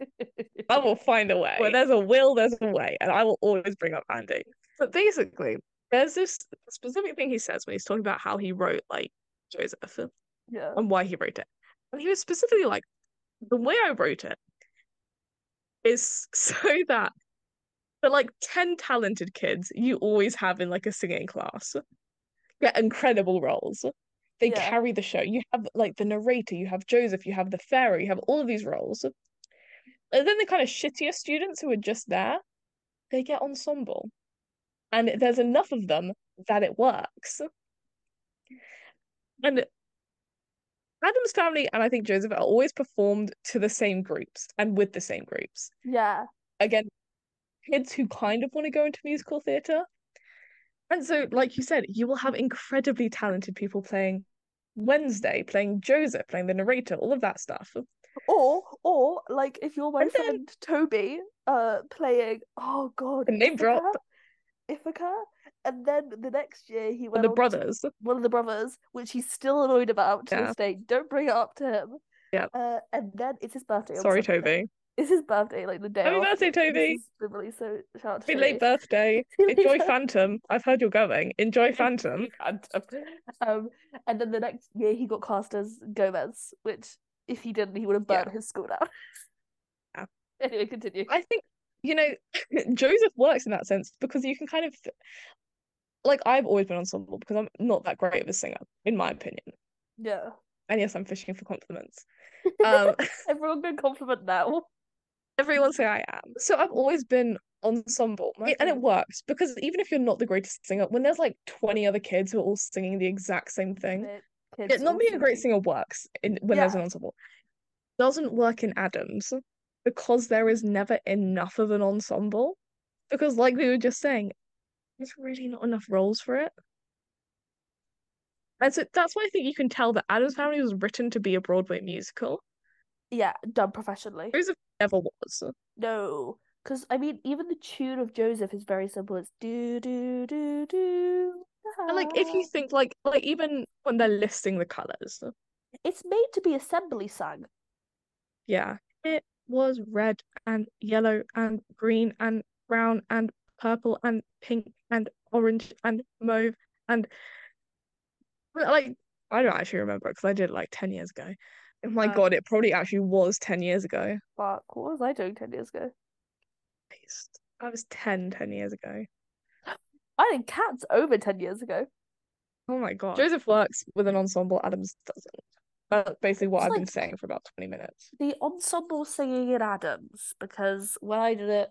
B: I will find a way. Where there's a will, there's a way. And I will always bring up Andy. But basically, there's this specific thing he says when he's talking about how he wrote, like, Joseph
A: yeah.
B: and why he wrote it. And he was specifically like, the way I wrote it is so that the like 10 talented kids you always have in like a singing class get incredible roles. They
A: Yeah.
B: carry the show. You have like the narrator, you have Joseph, you have the pharaoh, you have all of these roles. And then the kind of shittier students who are just there, they get ensemble. And there's enough of them that it works. And Adam's family and I think Joseph are always performed to the same groups and with the same groups.
A: Yeah.
B: Again, kids who kind of want to go into musical theatre. And so, like you said, you will have incredibly talented people playing Wednesday, playing Joseph, playing the narrator, all of that stuff.
A: Or, or like if you're my
B: And then-
A: friend Toby, uh, playing, oh God,
B: And name drop
A: Ithaca, Ithaca, and then the next year he went
B: the
A: on to
B: brothers.
A: one of the brothers, which he's still annoyed about to
B: Yeah.
A: this day. Don't bring it up to him.
B: Yeah.
A: Uh, and then it's his birthday. on
B: Sorry,
A: Sunday.
B: Toby.
A: It's his birthday, like the day.
B: Happy
A: after
B: birthday,
A: this
B: Toby.
A: is the release, so shout out to
B: Happy
A: Toby.
B: late birthday.
A: Happy late
B: Enjoy
A: birthday.
B: Phantom. I've heard you're going. Enjoy Phantom.
A: Um, and then the next year he got cast as Gomez, which if he didn't, he would have
B: Yeah.
A: burnt his school down.
B: Yeah.
A: Anyway, continue.
B: I think, you know, Joseph works in that sense because you can kind of, like, I've always been ensemble because I'm not that great of a singer, in my opinion.
A: Yeah.
B: And yes, I'm fishing for compliments. Um,
A: Everyone can compliment now.
B: everyone say I am. So I've always been ensemble,
A: My
B: It- and it
A: turn.
B: works because even if you're not the greatest singer, when there's like 20 other kids who are all singing the exact same thing,
A: It-
B: yeah,
A: kids
B: not being a great
A: also-
B: singer works in, when there's an ensemble. Doesn't work in Adams because there is never enough of an ensemble. Because, like we were just saying, there's really not enough roles for it. And so that's why I think you can tell that Adams Family was written to be a Broadway musical.
A: Yeah, done professionally.
B: Joseph never was.
A: No, because I mean, even the tune of Joseph is very simple. It's do do do do.
B: And like if you
A: ah.
B: think like like even when they're listing the colours,
A: it's made to be assembly sung.
B: yeah. It was red and yellow and green and brown and purple and pink and orange and mauve and but, like I don't actually remember because I did it like ten years ago. Oh my
A: Uh,
B: god, it probably actually was ten years ago.
A: Fuck, what was I doing ten years ago?
B: Christ. I was 10, 10 years ago.
A: I think Cats over ten years ago.
B: Oh my god. Joseph works with an ensemble, Adams doesn't. That's basically what
A: It's
B: I've been
A: like-
B: saying for about 20 minutes.
A: The ensemble singing in Adams because when I did it,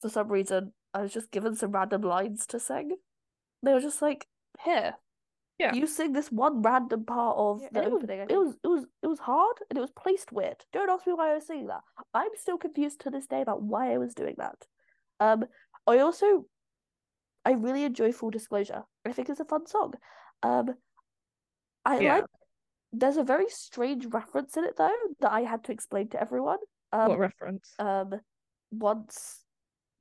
A: for some reason I was just given some random lines to sing. They were just like, "Here,
B: Yeah.
A: you sing this one random part of
B: Yeah,
A: the
B: and it was-
A: opening." I
B: it
A: think. It was it was it was hard and it was placed weird. Don't ask me why I was singing that. I'm still confused to this day about why I was doing that. Um, I also I really enjoy Full Disclosure. I think it's a fun song. Um, I
B: Yeah.
A: like. There's a very strange reference in it though that I had to explain to everyone. Um,
B: What reference?
A: um once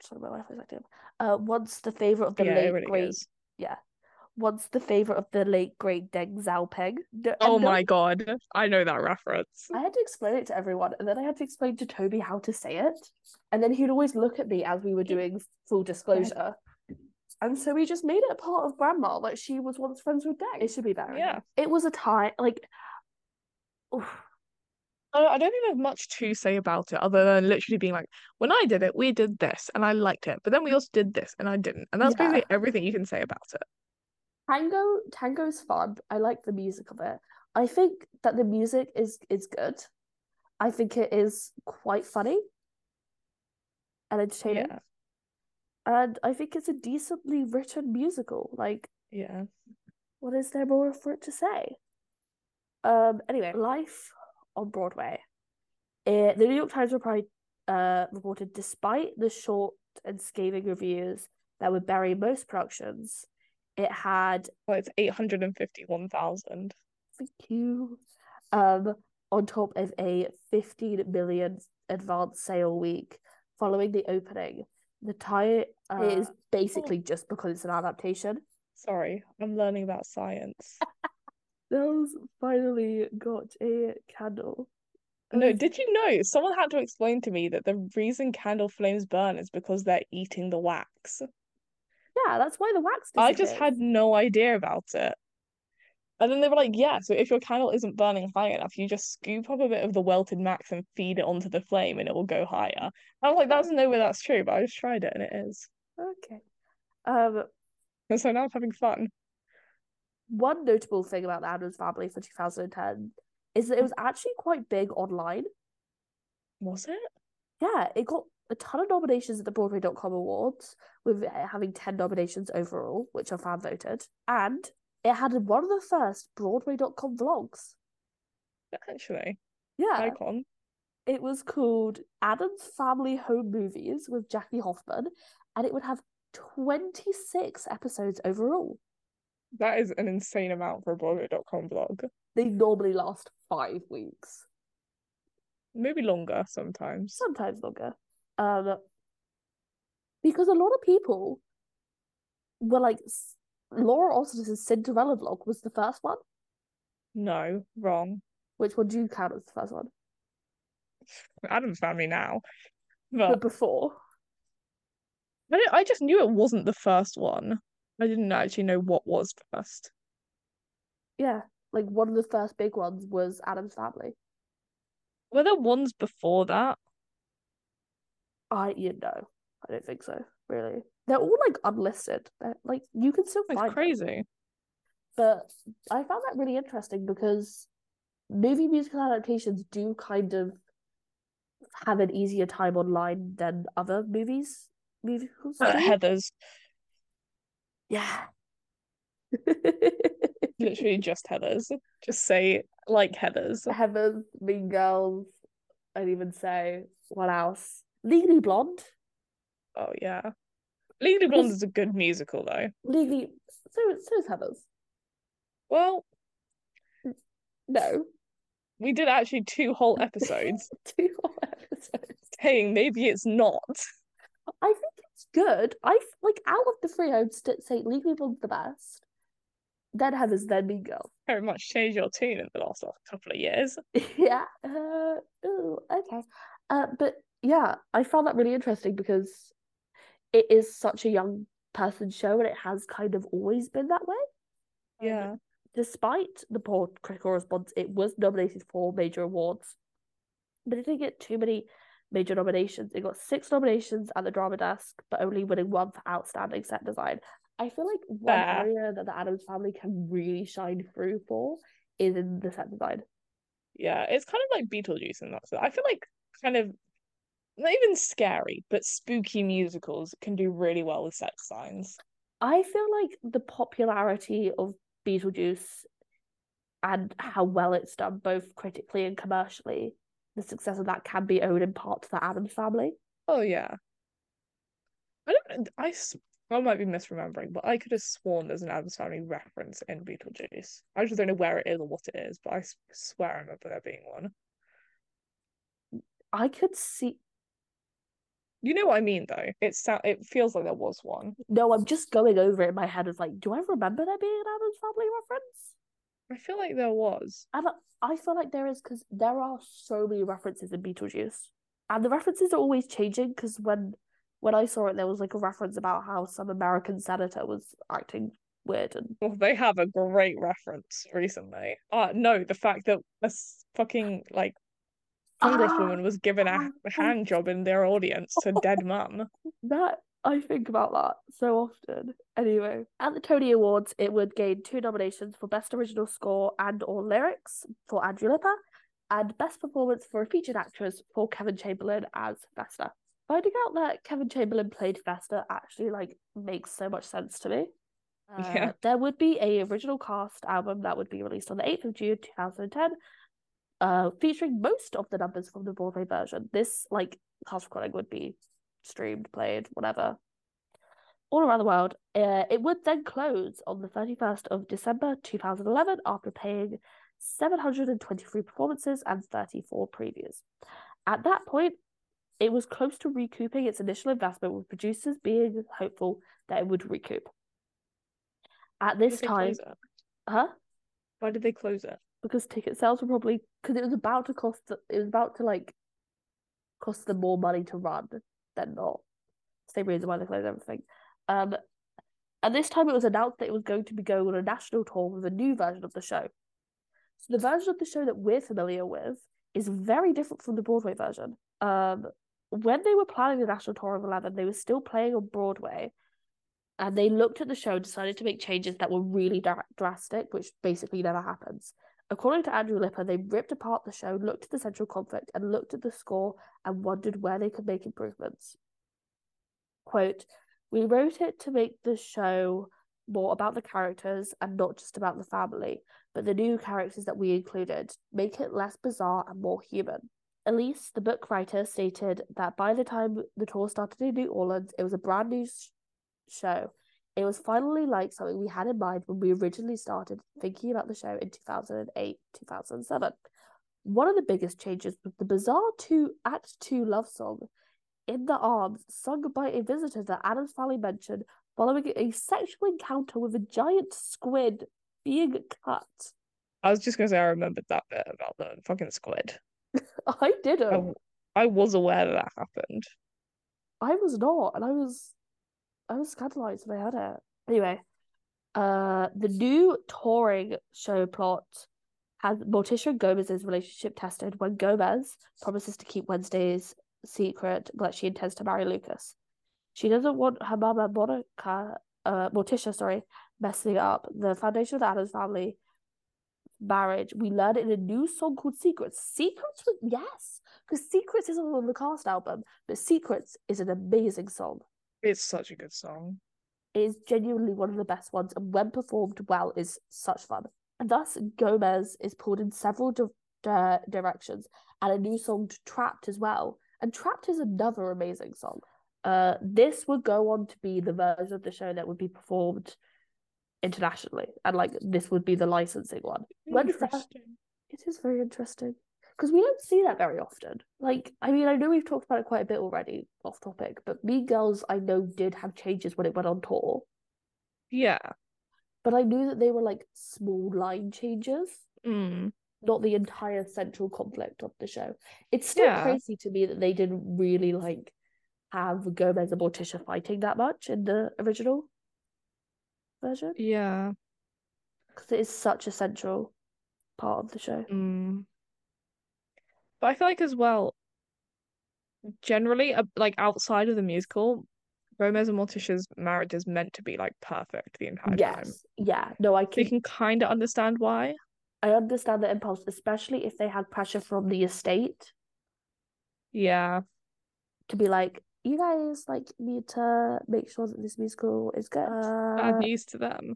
A: sorry my wife was acting up. Uh once the favourite of the
B: yeah, it
A: late
B: really
A: great
B: is.
A: once the favourite of the late great Deng Xiaoping. No, and
B: Oh
A: no-
B: my god, I know that reference.
A: I had to explain it to everyone and then I had to explain to Toby how to say it. And then he'd always look at me as we were doing full disclosure. And so we just made it a part of grandma. Like she was once friends with Deng. It should be better.
B: Yeah.
A: It was a time like oof,
B: I I don't think there's much to say about it other than literally being like, when I did it, we did this and I liked it, but then we also did this and I didn't. And that's
A: Yeah.
B: basically everything you can say about it.
A: Tango Tango's fun. I like the music of it. I think that the music is is good. I think it is quite funny and entertaining.
B: Yeah.
A: And I think it's a decently written musical. Like,
B: Yeah.
A: what is there more for it to say? Um, anyway, life on Broadway. Eh, the New York Times repri- uh, reported despite the short and scathing reviews that would bury most productions, it had
B: Well, it's 851,000.
A: Thank you. Um, on top of a 15 million advance sale week following the opening, the tie uh, is basically just because it's an adaptation.
B: Sorry, I'm learning about science.
A: Nels finally got a candle. I
B: No,
A: was-
B: did you know someone had to explain to me that the reason candle flames burn is because they're eating the wax?
A: yeah, that's why the wax
B: I just had
A: disappears.
B: no idea about it. And then they were like, yeah, so if your candle isn't burning high enough, you just scoop up a bit of the welted wax and feed it onto the flame and it will go higher. I was like, that's no way that's true, but I just tried it and it is.
A: Okay. Um,
B: And so now I'm having fun.
A: one notable thing about the Addams Family for 2010 is that it was actually quite big online.
B: Was it?
A: Yeah, it got a ton of nominations at the Broadway.com Awards, with it having 10 nominations overall, which are fan voted. And it had one of the first Broadway.com vlogs.
B: Actually,
A: Yeah,
B: icon.
A: it was called Adam's Family Home Movies with Jackie Hoffman, and it would have 26 episodes overall.
B: That is an insane amount for a Broadway.com blog.
A: They normally last five weeks,
B: Maybe longer sometimes.
A: sometimes longer. Um, because a lot of people were like, S- Laura Austin's Cinderella vlog was the first one.
B: No, wrong.
A: Which one do you count as the first one?
B: Adam's family now.
A: But
B: But
A: before.
B: I, don't- I just knew it wasn't the first one. I didn't actually know what was first.
A: Yeah. Like one of the first big ones was Adam's Family.
B: Were there ones before that?
A: I you know. I don't think so, really. They're all like unlisted. They're, like you can still
B: It's
A: find them.
B: crazy.
A: But I found that really interesting because movie musical adaptations do kind of have an easier time online than other movies musicals
B: Uh,
A: do.
B: Heather's
A: Yeah.
B: literally just Heather's. Just say like Heather's.
A: Heaven, Mean Girls, I'd even say what else? Legally Blonde.
B: Oh yeah. Legally
A: Because-
B: Blonde is a good musical though.
A: Legally, so so is Heather's.
B: Well,
A: No,
B: we did actually two whole episodes
A: two whole episodes.
B: saying maybe it's not.
A: I think it's good. I f- like out of the three, I would st- say Legally Blonde's the best. Then Heather's, then Mean Girls.
B: Very much changed your tune in the last couple of years.
A: yeah. Uh, ooh, okay. Uh, but yeah, I found that really interesting because it is such a young person show, and it has kind of always been that way. Um,
B: Yeah.
A: despite the poor critical response, it was nominated for major awards, but it didn't get too many major nominations. It got six nominations at the Drama Desk, but only winning one for Outstanding Set Design. I feel like one
B: Fair.
A: area that the Adams family can really shine through for is in the set design.
B: Yeah, it's kind of like Beetlejuice and that. So I feel like kind of not even scary, but spooky musicals can do really well with set designs.
A: I feel like the popularity of Beetlejuice and how well it's done, both critically and commercially, the success of that can be owed in part to the Adams family.
B: Oh yeah. I don't. I s- I might be misremembering, but I could have sworn there's an Adams Family reference in Beetlejuice. I just don't know where it is or what it is, but I s- swear I remember there being one.
A: I could see
B: You know what I mean, though. It sound it feels like there was one.
A: No, I'm just going over it in my head of like, do I remember there being an Adams Family reference?
B: I feel like there was.
A: And I- I feel like there is because there are so many references in Beetlejuice, and the references are always changing. Because when when I saw it, there was like a reference about how some American senator was acting weird, and
B: Well, they have a great reference recently. Uh no, the fact that a s- fucking like congresswoman was given a,
A: Ah,
B: a hand job in their audience to dead mum.
A: that I think about that so often. Anyway, at the Tony Awards, it would gain two nominations for Best Original Score and or Lyrics for Andrew Lipper, and Best Performance for a Featured Actress for Kevin Chamberlain as Vesta. Finding out that Kevin Chamberlain played Vesta actually like makes so much sense to me. Uh,
B: Yeah.
A: There would be a original cast album that would be released on the 8th of June 2010, uh, featuring most of the numbers from the Broadway version. This like cast recording would be streamed, played, whatever, all around the world. Uh, it would then close on the 31st of December 2011 after paying 723 performances and 34 previews. At that point, it was close to recouping its initial investment, with producers being hopeful that it would recoup. At
B: Why
A: this
B: did they
A: time,
B: close it?
A: huh?
B: Why did they close it?
A: Because ticket sales were probably because it was about to cost. the- It was about to like cost them more money to run than not. Same reason why they closed everything. Um, and this time it was announced that it was going to be going on a national tour with a new version of the show. So the version of the show that we're familiar with is very different from the Broadway version. Um, when they were planning the national tour of Eleven, they were still playing on Broadway, and they looked at the show and decided to make changes that were really dra- drastic, which basically never happens. According to Andrew Lipper, they ripped apart the show, looked at the central conflict, and looked at the score and wondered where they could make improvements. Quote, We wrote it to make the show more about the characters and not just about the family, but the new characters that we included, make it less bizarre and more human. Elise, the book writer, stated that by the time the tour started in New Orleans, it was a brand new sh- show. It was finally like something we had in mind when we originally started thinking about the show in 2008 2007 one of the biggest changes was the bizarre two act two love song in the arms sung by a visitor that adams family mentioned following a sexual encounter with a giant squid being cut
B: I was just gonna say I remembered that bit about the fucking squid.
A: i didn't
B: I, I was aware that that happened.
A: I was not, and I was, I was scandalized when I heard it. Anyway, uh, the new touring show plot has Morticia and Gomez's relationship tested when Gomez promises to keep Wednesday's secret that she intends to marry Lucas. She doesn't want her mama Monica, uh, Morticia, sorry, messing up the foundation of the Adams family marriage. We learn in a new song called Secrets. Secrets, was- yes, because Secrets is on the cast album. But Secrets is an amazing song.
B: It's such a good song.
A: It is genuinely one of the best ones, and when performed well, is such fun. And thus, Gomez is pulled in several di- di- directions, and a new song to Trapped as well. And Trapped is another amazing song. Uh, this would go on to be the version of the show that would be performed internationally, and like this would be the licensing one. When is that-
B: Interesting.
A: It is very interesting because we don't see that very often. Like, I mean, I know we've talked about it quite a bit already off topic, but Mean Girls I know did have changes when it went on tour,
B: Yeah.
A: but I knew that they were like small line changes,
B: Mm.
A: not the entire central conflict of the show. It's still
B: Yeah.
A: crazy to me that they didn't really like have Gomez and Morticia fighting that much in the original version
B: Yeah.
A: because it is such a central part of the show.
B: Mm. But I feel like as well, generally, uh, like outside of the musical, Gomez and Morticia's marriage is meant to be like perfect the entire time.
A: Yes, yeah, no, I
B: So you
A: can
B: can kind of understand why.
A: I understand the impulse, especially if they had pressure from the estate
B: Yeah.
A: to be like, you guys like need to make sure that this musical is good.
B: Bad
A: Uh,
B: news to them.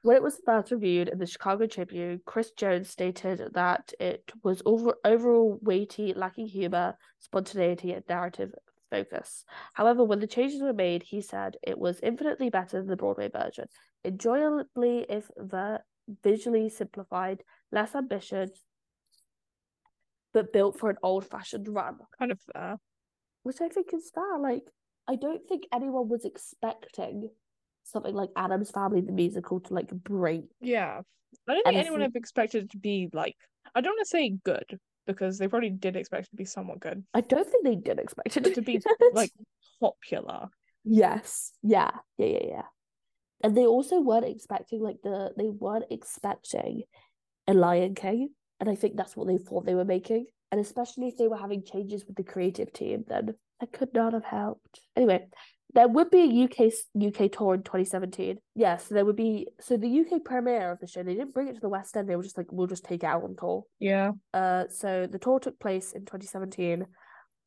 A: when it was first reviewed in the Chicago Tribune, Chris Jones stated that it was over- overall weighty, lacking humor, spontaneity, and narrative focus. However, when the changes were made, he said it was infinitely better than the Broadway version, enjoyably if ver- visually simplified, less ambition, but built for an old-fashioned run.
B: Kind of uh, fair.
A: which I think is fair. Like, I don't think anyone was expecting something like Adam's Family the musical to like break.
B: Yeah. I don't
A: And
B: think
A: if
B: anyone
A: you-
B: ever expected it to be like, I don't want to say good because they probably did expect it to be somewhat good,
A: I don't think they did expect it
B: but to be
A: that.
B: like popular.
A: yes, yeah, yeah, yeah, yeah. And they also weren't expecting like the they weren't expecting a Lion King, and I think that's what they thought they were making. And especially if they were having changes with the creative team, then that could not have helped. Anyway, there would be a UK s- UK tour in 2017. Yeah, so there would be so the UK premiere of the show. They didn't bring it to the West End. They were just like, we'll just take it out on tour.
B: Yeah.
A: Uh, so the tour took place in 2017,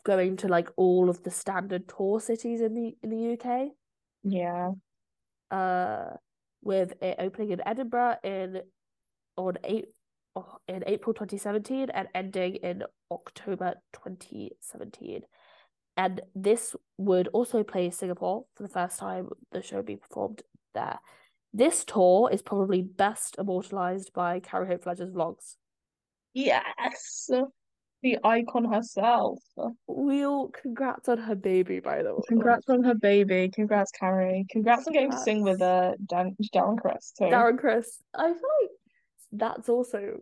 A: going to like all of the standard tour cities in the in the UK
B: Yeah.
A: uh with it opening in Edinburgh in on eight oh, in April 2017 and ending in October 2017. And this would also play Singapore for the first time the show be performed there. This tour is probably best immortalized by Carrie Hope Fletcher's vlogs.
B: Yes. the icon herself.
A: Wheel, congrats on her baby, by the way.
B: Congrats on her baby. Congrats, Carrie. Congrats, on getting to sing with uh, Dan- Darren Chris, too.
A: Darren Chris. I feel like that's also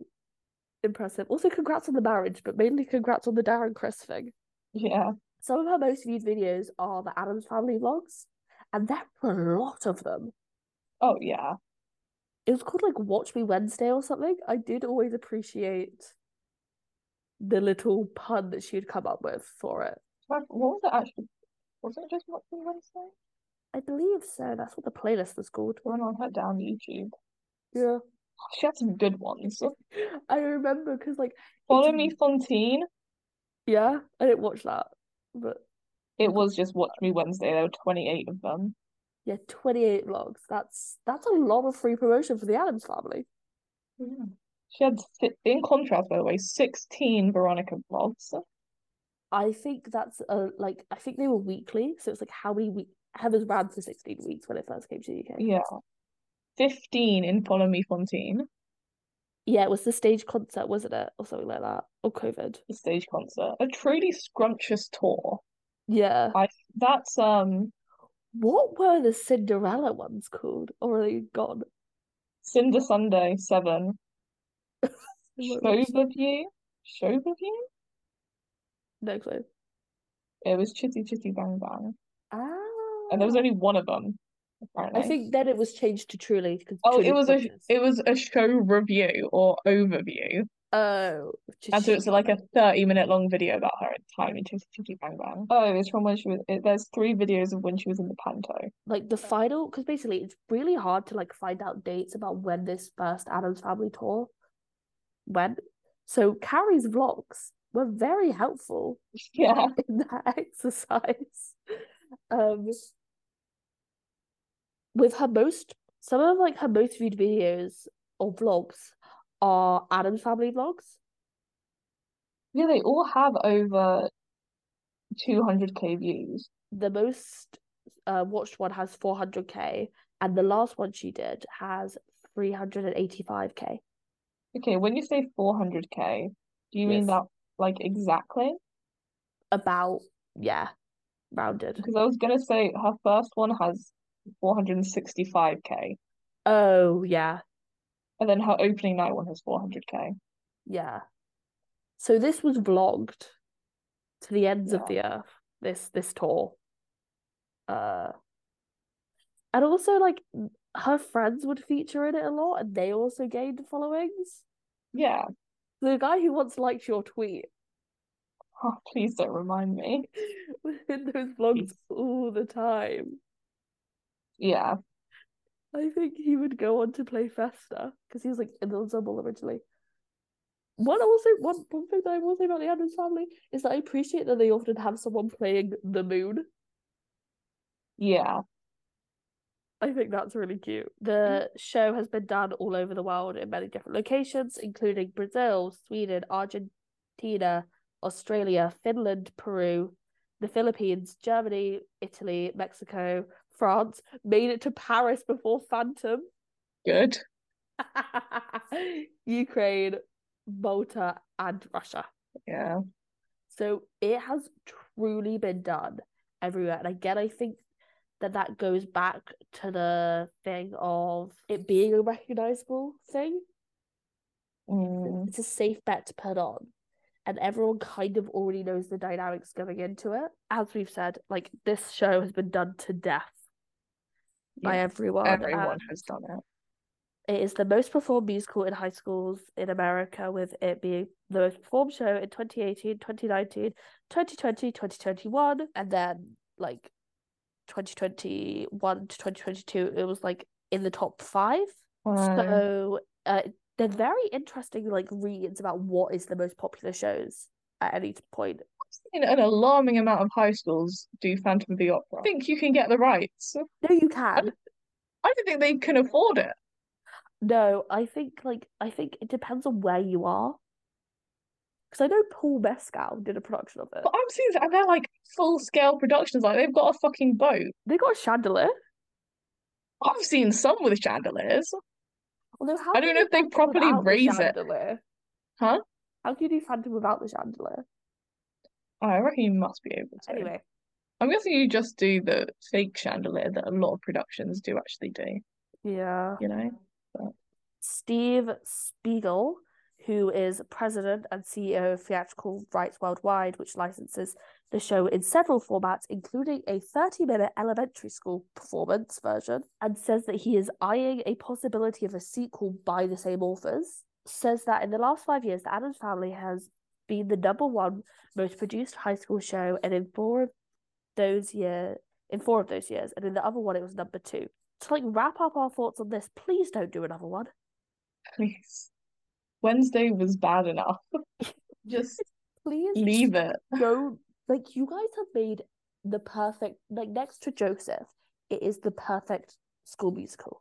A: impressive. Also, congrats on the marriage, but mainly congrats on the Darren Chris thing.
B: Yeah.
A: Some of her most viewed videos are the Adams Family vlogs, and there were a lot of them.
B: Oh, yeah.
A: It was called like Watch Me Wednesday or something. I did always appreciate the little pun that she had come up with for it.
B: Like, What was it actually? Was it just watching Wednesday?
A: I believe so. That's what the playlist was called.
B: When I heard down YouTube.
A: Yeah.
B: She had some good ones.
A: I remember because like
B: Follow Me Fontaine.
A: yeah, I didn't watch that, but
B: It was just Watch Me Wednesday. There were 28 of them.
A: yeah, twenty eight vlogs. That's that's a lot of free promotion for the Adams family. Hmm.
B: She had, si- in contrast, by the way, 16 Veronica vlogs.
A: I think that's a like I think they were weekly, so it's like how many week Heather's ran for sixteen weeks when it first came to the UK.
B: Yeah. 15 in Follow Me Fontaine,
A: Yeah, it was the stage concert, wasn't it, or something like that, or COVID.
B: the stage concert. A truly scrumptious tour.
A: Yeah.
B: That's, um,
A: What were the Cinderella ones called? Already gone.
B: Cinder Sunday 7.
A: my
B: Show
A: gosh.
B: the View? Show the View?
A: No clue.
B: It was Chitty Chitty Bang Bang.
A: Ah.
B: And there was only one of them, apparently.
A: I think then it was changed to Truly because
B: Oh, it was a it was a show review or overview,
A: oh,
B: and so it's like a thirty minute long video about her time in Chitty Chitty Bang Bang. Oh, it's from when she was. It, there's three videos of when she was in the panto.
A: like the final because basically it's really hard to like find out dates about when this first Adams Family tour went. So Carrie's vlogs were very helpful
B: Yeah,
A: in that exercise. Um, with her most some of like her most viewed videos or vlogs are Adams Family vlogs.
B: yeah, they all have over two hundred k views.
A: the most uh, watched one has 400k and the last one she did has 385k
B: Okay, when you say four hundred k, do you mean
A: Yes.
B: that like exactly?
A: about yeah rounded
B: Because I was gonna say her first one has four hundred sixty five k,
A: oh yeah
B: and then her opening night one has four hundred k.
A: yeah so this was vlogged to the ends of
B: Yeah.
A: the earth this this tour uh and also like her friends would feature in it a lot and they also gained followings
B: Yeah,
A: the guy who once liked your tweet
B: oh, please don't remind me.
A: was in those vlogs all the time
B: Yeah.
A: I think he would go on to play Festa because he was like in the ensemble originally. One also one, one thing that I will say about the Adams family is that I appreciate that they often have someone playing the moon.
B: Yeah,
A: I think that's really cute. The show has been done all over the world in many different locations, including Brazil, Sweden, Argentina, Australia, Finland, Peru, the Philippines, Germany, Italy, Mexico, France. Made it to Paris before Phantom.
B: good.
A: Ukraine, Malta, and Russia.
B: Yeah.
A: So it has truly been done everywhere. And again, I think that that goes back to the thing of it being a recognizable thing.
B: Mm.
A: It's a safe bet to put on. And everyone kind of already knows the dynamics going into it. As we've said, like this show has been done to death by
B: Yeah,
A: everyone.
B: Everyone
A: and-
B: has done it.
A: It is the most performed musical in high schools in America, with it being the most performed show in 2018, 2019, 2020, 2021, and then like 2021 to 2022, it was like in the top five.
B: Wow.
A: So uh, they're very interesting, like reads about what is the most popular shows at any point.
B: In an alarming amount of high schools do Phantom of the Opera. I think you can get the rights.
A: No, you can.
B: I don't think they can afford it.
A: No, I think like I think it depends on where you are. Because I know Paul Mescal did a production of it.
B: But I'm seeing that, and they're like full scale productions. Like they've got a fucking boat.
A: They got a chandelier.
B: I've seen some with chandeliers.
A: Although how
B: I don't
A: did
B: know
A: it
B: if they
A: work
B: properly
A: without the
B: raise it.
A: chandelier?
B: Huh?
A: How can you do Phantom without the chandelier?
B: I reckon you must be able to.
A: Anyway,
B: I'm guessing you just do the fake chandelier that a lot of productions do actually do,
A: yeah.
B: you know?
A: Steve Spiegel, who is president and CEO of Theatrical Rights Worldwide, which licenses the show in several formats, including a 30 minute elementary school performance version, and says that he is eyeing a possibility of a sequel by the same authors. Says that in the last five years, the Adams family has been the number one most produced high school show, and in four of those year, in four of those years, and in the other one, it was number two. To like wrap up our thoughts on this, please don't do another one.
B: Please. Wednesday was bad enough. just
A: Please
B: leave it.
A: go like you guys have made the perfect like next to Joseph, it is the perfect school musical.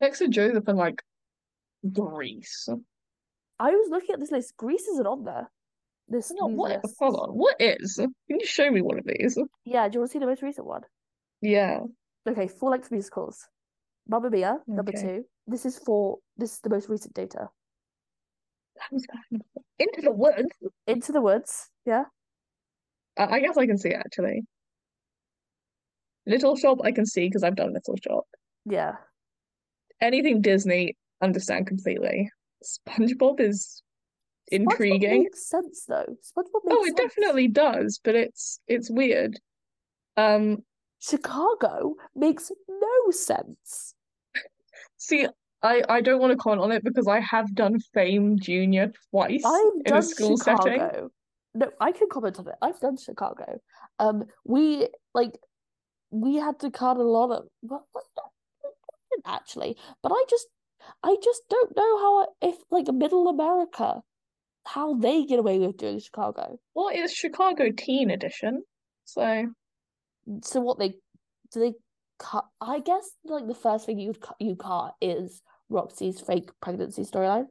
B: Next to Joseph and like Greece.
A: I was looking at this list. Greece isn't on there. This
B: No,
A: these
B: what?
A: lists.
B: Hold on. What is? Can you show me one of these?
A: Yeah, do you want to see the most recent one?
B: Yeah.
A: Okay, full length musicals. Mamma Mia, number
B: Okay.
A: two. This is for this is the most recent data.
B: That was bad enough. Into the woods.
A: Into the Woods, yeah.
B: Uh, I guess I can see it, actually. Little Shop, I can see because I've done Little Shop.
A: Yeah.
B: Anything Disney, understand completely. SpongeBob is
A: SpongeBob
B: intriguing.
A: makes sense though. SpongeBob makes
B: Oh, it
A: sense.
B: definitely does, but it's it's weird. Um,
A: Chicago makes no sense.
B: see, I I don't want to comment on it because I have done Fame Junior twice
A: I've
B: in a
A: done
B: school
A: Chicago.
B: setting.
A: No, I can comment on it. I've done Chicago. Um, we like we had to cut a lot of well, we didn't actually, but I just I just don't know how I- if like Middle America, how they get away with doing Chicago.
B: Well, it's Chicago Teen Edition, so
A: So what they do they cut? I guess like the first thing you'd cut you cut is Roxy's fake pregnancy storyline.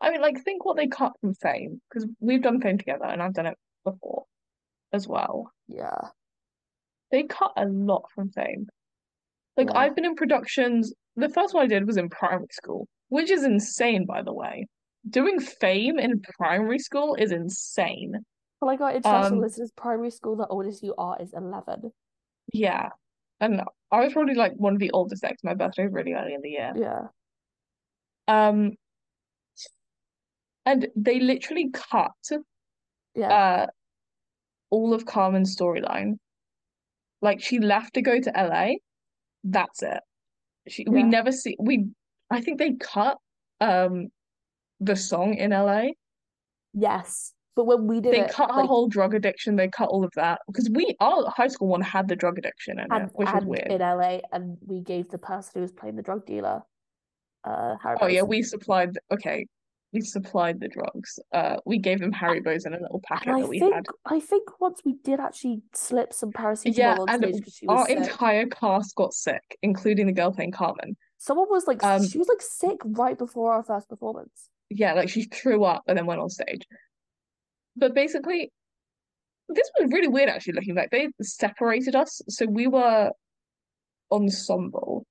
B: I mean, like, think what they cut from Fame because we've done Fame together and I've done it before as well.
A: Yeah,
B: They cut a lot from Fame. Like,
A: Yeah.
B: I've been in productions. The first one I did was in primary school, which is insane, by the way. Doing Fame in primary school is insane.
A: well, like our international
B: Um,
A: listeners, primary school, the oldest you are is eleven.
B: Yeah. And I was probably like one of the oldest ex. My birthday was really early in the year.
A: Yeah.
B: Um, and they literally cut
A: Yeah.
B: uh all of Carmen's storyline. Like she left to go to LA. That's it. She we
A: Yeah.
B: never see we I think they cut um the song in LA.
A: yes. But when we did
B: They
A: it,
B: cut her
A: like,
B: whole drug addiction, they cut all of that. Because we our high school one had the drug addiction in it,
A: and
B: which was
A: and
B: weird.
A: in LA, and we gave the person who was playing the drug dealer, uh,
B: Oh yeah,
A: Haribo's.
B: we supplied. Okay, we supplied the drugs. Uh, we gave them Haribo's in a little
A: And
B: packet
A: I
B: that we had.
A: think I think once we did actually slip some paracetamol
B: Yeah,
A: on
B: and
A: stage because she
B: our
A: was sick.
B: entire cast got sick, including the girl playing Carmen.
A: Someone was like,
B: Um,
A: she was like sick right before our first performance.
B: yeah, like she threw up and then went on stage. But basically, this was really weird actually. Looking back, they separated us, so we were ensemble.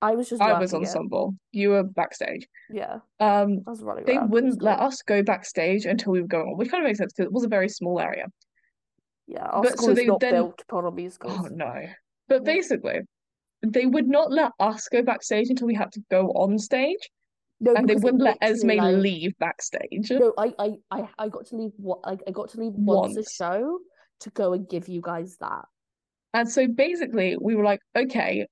A: I was just
B: I was
A: working it.
B: ensemble. You were backstage.
A: Yeah,
B: Um,
A: I was running
B: they
A: around. It was
B: wouldn't let
A: great.
B: us go backstage until we were going on, which kind of makes sense because it was a very small area.
A: Yeah, our
B: But
A: school
B: so
A: is
B: they
A: not
B: then.
A: built upon
B: Oh
A: musicals.
B: no. But
A: Yeah.
B: basically, they would not let us go backstage until we had to go on stage,
A: No,
B: and they
A: because it
B: wouldn't let
A: literally
B: Esme
A: like
B: leave backstage
A: No, I, I, I, I got to leave what I, I got to leave once a
B: once.
A: show to go and give you guys that.
B: And so basically, we were like, okay,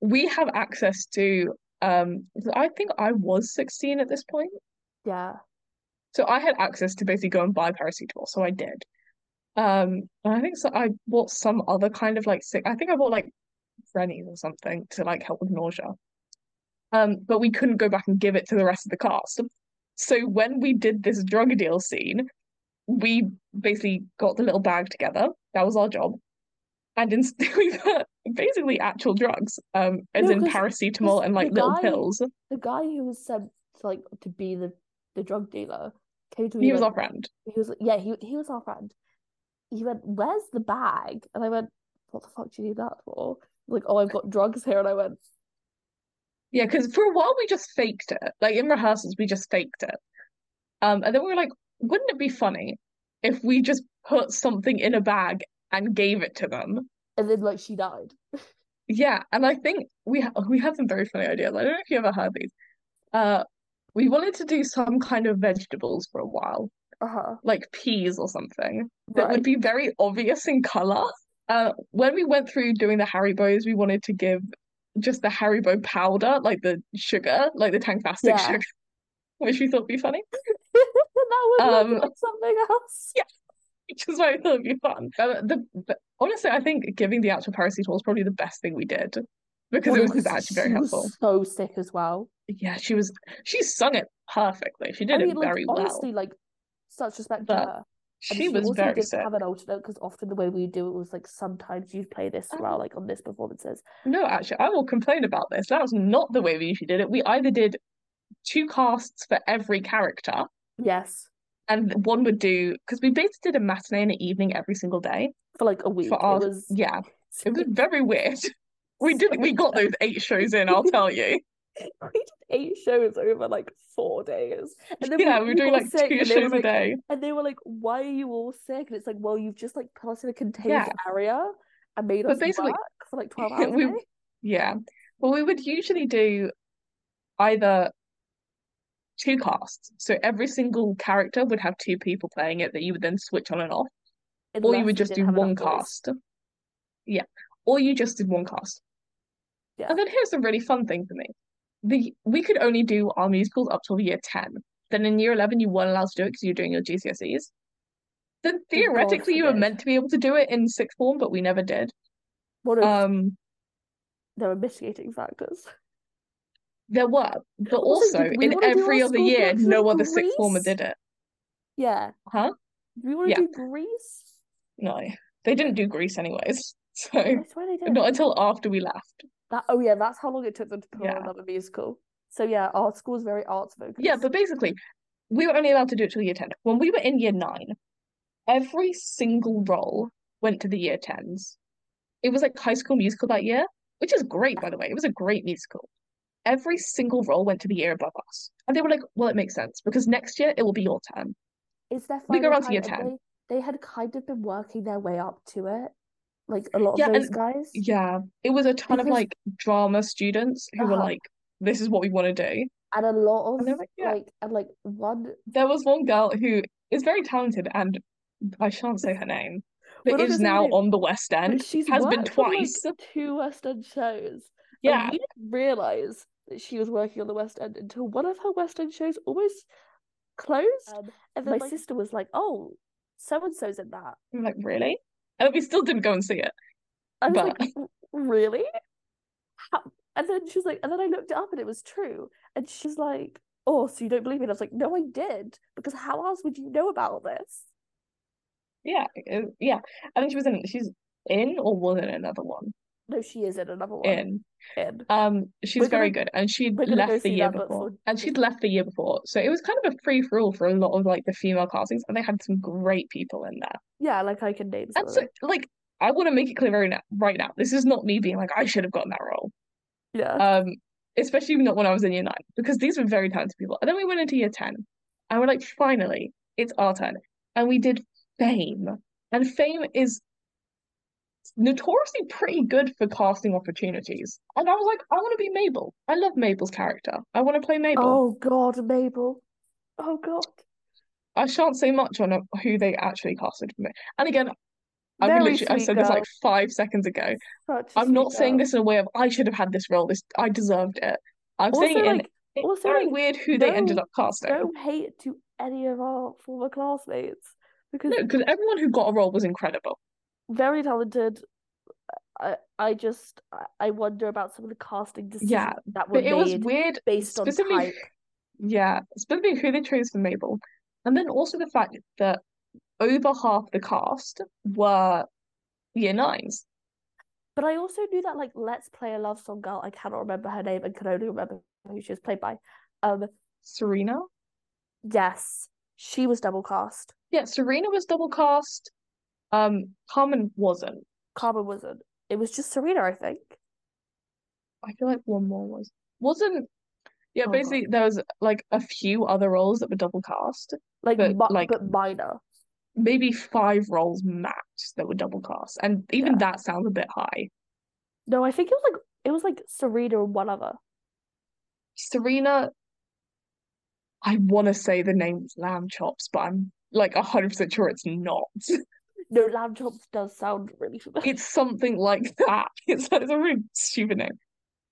B: we have access to um I think I was 16 at this point.
A: Yeah.
B: So I had access to basically go and buy paracetamol, so I did. Um, and I think so I bought some other kind of like sick I think I bought like Frennies or something to like help with nausea. Um, but we couldn't go back and give it to the rest of the cast. So when we did this drug deal scene, we basically got the little bag together. That was our job. And instead we put basically actual drugs, um, as
A: No,
B: in
A: because
B: paracetamol and
A: the
B: like little
A: guy,
B: pills.
A: the guy who was sent to, like to be the the drug dealer came to me
B: He
A: and
B: was
A: went,
B: our friend.
A: he was yeah, he he was our friend. He went, "Where's the bag?" And I went, "What the fuck do you need that for?" He's Like, "Oh, I've got drugs here," and I went,
B: Yeah, because for a while we just faked it. Like in rehearsals, we just faked it. Um, and then we were like, wouldn't it be funny if we just put something in a bag and gave it to them?
A: And then like she died.
B: Yeah, and I think we ha- we had some very funny ideas. I don't know if you ever heard these. Uh, we wanted to do some kind of vegetables for a while,
A: Uh-huh.
B: like peas or something that
A: Right.
B: would be very obvious in color. Uh, when we went through doing the Haribo's, we wanted to give just the Haribo powder, like the sugar, like the Tang Plastic
A: Yeah.
B: sugar, which we thought would be funny.
A: that would look
B: Um,
A: like something else.
B: which is why I thought it'd be fun. Uh, the, the honestly, I think giving the actual paracetamol was probably the best thing we did because it
A: Well,
B: was
A: 'cause
B: just actually very
A: she
B: helpful.
A: was so sick as well.
B: Yeah, she was she sung it perfectly. She
A: I
B: did
A: mean,
B: it
A: like
B: very well,
A: honestly, like such respect to
B: but
A: her. And
B: she
A: she
B: was
A: also
B: very
A: didn't
B: sick.
A: have an alternate because often the way we do it was like sometimes you play this
B: Um,
A: well, like on this performances.
B: no, actually, I will complain about this. That was not the way we usually did it. We either did two casts for every character,
A: Yes,
B: and one would do because we basically did a matinee and an evening every single day
A: for like a
B: for
A: week. It
B: our
A: was
B: yeah. It was
A: so,
B: very weird. We
A: so
B: did we got those eight shows in, I'll
A: we
B: tell you.
A: did eight shows over like four days, and then we
B: Yeah, we were
A: all
B: doing
A: got
B: like
A: sick,
B: two
A: and they were
B: shows a
A: like,
B: day.
A: and they were like, "Why are you all sick?" And it's like, "Well, you've just like put us in a contained
B: Yeah,
A: area and made
B: but
A: us work
B: basically,
A: for like twelve hours a
B: we
A: day."
B: yeah. Well, we would usually do either two casts, so every single character would have two people playing it that you would then switch on and off, or you
A: Unless
B: would
A: you
B: just
A: didn't
B: do
A: have enough
B: one
A: boys.
B: cast. Yeah, or you just did one cast.
A: Yeah.
B: And then here's the really fun thing for me: the we could only do our musicals up till year ten. Then in year eleven, you weren't allowed to do it because you were doing your GCSEs. Then
A: And God
B: theoretically, you were
A: forbid.
B: meant to be able to do it in sixth form, but we never did.
A: Well, no, 'cause
B: Um,
A: there are mitigating factors.
B: There were, but
A: Also,
B: also
A: did we
B: in
A: want to do our
B: every other year,
A: schoolwork
B: no
A: from
B: other sixth former
A: Greece?
B: did it.
A: Yeah.
B: Huh?
A: Did we want
B: Yeah,
A: to do Greece?
B: no. They didn't do Greece anyways. So
A: I swear they
B: not
A: didn't.
B: until after we left.
A: That oh yeah, that's how long it took them to put on
B: Yeah.
A: another musical. So yeah, our school is very arts
B: Yeah,
A: focused.
B: but basically, we were only allowed to do it till year 10. When we were in year nine, every single role went to the year 10s. It was like High School Musical that year, which is great,
A: Yeah.
B: by the way. It was a great musical. Every single role went to the year above us. And they were like, well, it makes sense because next year it will be your turn.
A: It's their
B: We
A: final
B: go around to
A: time
B: year
A: and
B: 10.
A: they they had kind of been working their way up to it. Like a lot of
B: Yeah,
A: those
B: and
A: guys.
B: Yeah, it was a ton of
A: Because
B: like drama students who were
A: uh
B: like, "This is what we want to do,"
A: and a lot of
B: and they're like, "Yeah."
A: like and like one
B: There was one girl who is very talented, and I shan't say her name, but
A: we're not gonna
B: is
A: say her
B: now
A: name,
B: on the West
A: but
B: End,
A: she's Oh
B: has been
A: worked on like
B: twice.
A: two West End shows, and
B: Yeah,
A: we didn't realize that she was working on the West End until one of her West End shows almost closed.
B: um,
A: And then
B: my
A: my sister was like, "Oh, so and so's in that."
B: I'm like really, and we still didn't go and see it.
A: I was
B: But
A: like, "R- "Really?" How? And then she was like, and then I looked it up and it was true. And she's like, "Oh, so you don't believe me?" And I was like, "No, I did, because how else would you know about this?"
B: yeah, it- yeah, I think she was in. She's in or was in another one.
A: No, she is in another one.
B: In.
A: In
B: Um, she's
A: we're
B: very
A: gonna
B: good, and she'd
A: we're gonna go
B: left the
A: see
B: year
A: that, but
B: before,
A: for
B: and she'd
A: just
B: left the year before, so it was kind of a free for all for a lot of like the female castings, and they had some great people in there.
A: yeah, like I can name
B: And
A: some of
B: so,
A: them.
B: like, I want to make it clear right now, right now, this is not me being like I should have gotten that role,
A: Yeah.
B: um, especially not when I was in year nine, because these were very talented people. And then we went into year ten, and we're like, finally, it's our turn, and we did Fame, and Fame is notoriously pretty good for casting opportunities. And I was like, I want to be Mabel. I love Mabel's character. I want to play Mabel.
A: Oh God, Mabel. Oh God.
B: I shan't say much on uh, who they actually casted for me. And again, I've
A: Very
B: literally I
A: sweet
B: said this like
A: girl.
B: five seconds ago.
A: Such a
B: I'm
A: sweet
B: not saying
A: girl.
B: this in a way of I should have had this role. This I deserved it. I'm saying
A: Also,
B: it in
A: like,
B: it's
A: also
B: very
A: like,
B: weird who they ended
A: no,
B: up casting.
A: no hate to any of our former classmates because
B: No, because everyone who got a role was incredible.
A: very talented. I, I just, I I wonder about some of the casting
B: Yeah,
A: decisions that were
B: but it was
A: made
B: weird,
A: based on
B: specifically,
A: type.
B: yeah, specifically who they chose for Mabel, and then also the fact that over half the cast were year nines.
A: But I also knew that like Let's Play a Love Song girl. I cannot remember her name and can only remember who she was played by. Um,
B: Serena,
A: yes, she was double cast.
B: yeah, Serena was double cast. Um, Carmen wasn't.
A: Carmen wasn't. It was just Serena, I think.
B: I feel like one more was wasn't. Yeah,
A: Oh, God.
B: basically there was like a few other roles that were double cast.
A: Like,
B: But,
A: mi-
B: like-
A: but minor.
B: Maybe five roles max that were double cast. And even
A: Yeah.
B: that sounds a bit high.
A: No, I think it was like it was like Serena and one other.
B: Serena, I wanna say the name was Lamb Chops, but I'm like hundred percent sure it's not.
A: No, lamb chops does sound really familiar.
B: It's something like that. It's, it's a really stupid name.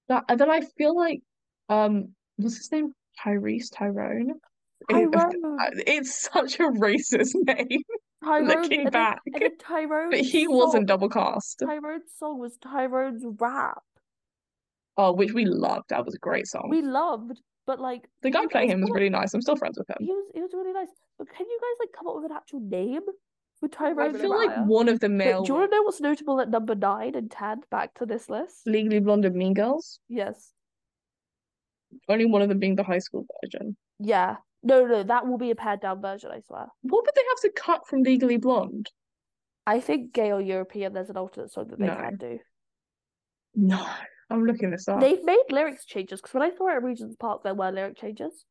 B: That, and then I feel like um what's his name? Tyrese Tyrone? It-
A: Tyrone,
B: uh, It's such a racist name.
A: Tyrone,
B: looking
A: and then,
B: back.
A: and then Tyrone.
B: But he wasn't double cast.
A: Tyrone's song was Tyrone's rap.
B: Oh, which we loved. That was a great song.
A: We loved, but like
B: the guy
A: you
B: playing
A: guys
B: him was
A: come up-
B: really nice. I'm still friends with him.
A: He was he was really nice. But can you guys like come up with an actual name for
B: I
A: Tyrone?
B: feel like
A: Mariah?
B: one of the male
A: But do you want to know what's notable at number nine and ten? Back to this list.
B: Legally Blonde and Mean Girls,
A: Yes.
B: only one of them being the high school version.
A: Yeah. No, no, that will be a pared down version. I swear.
B: What would they have to cut from Legally Blonde?
A: I think gay or European. There's an alternate song that they
B: No.
A: can do.
B: No, I'm looking this up.
A: They've made lyrics changes because when I saw it at Regent's Park, there were lyric changes.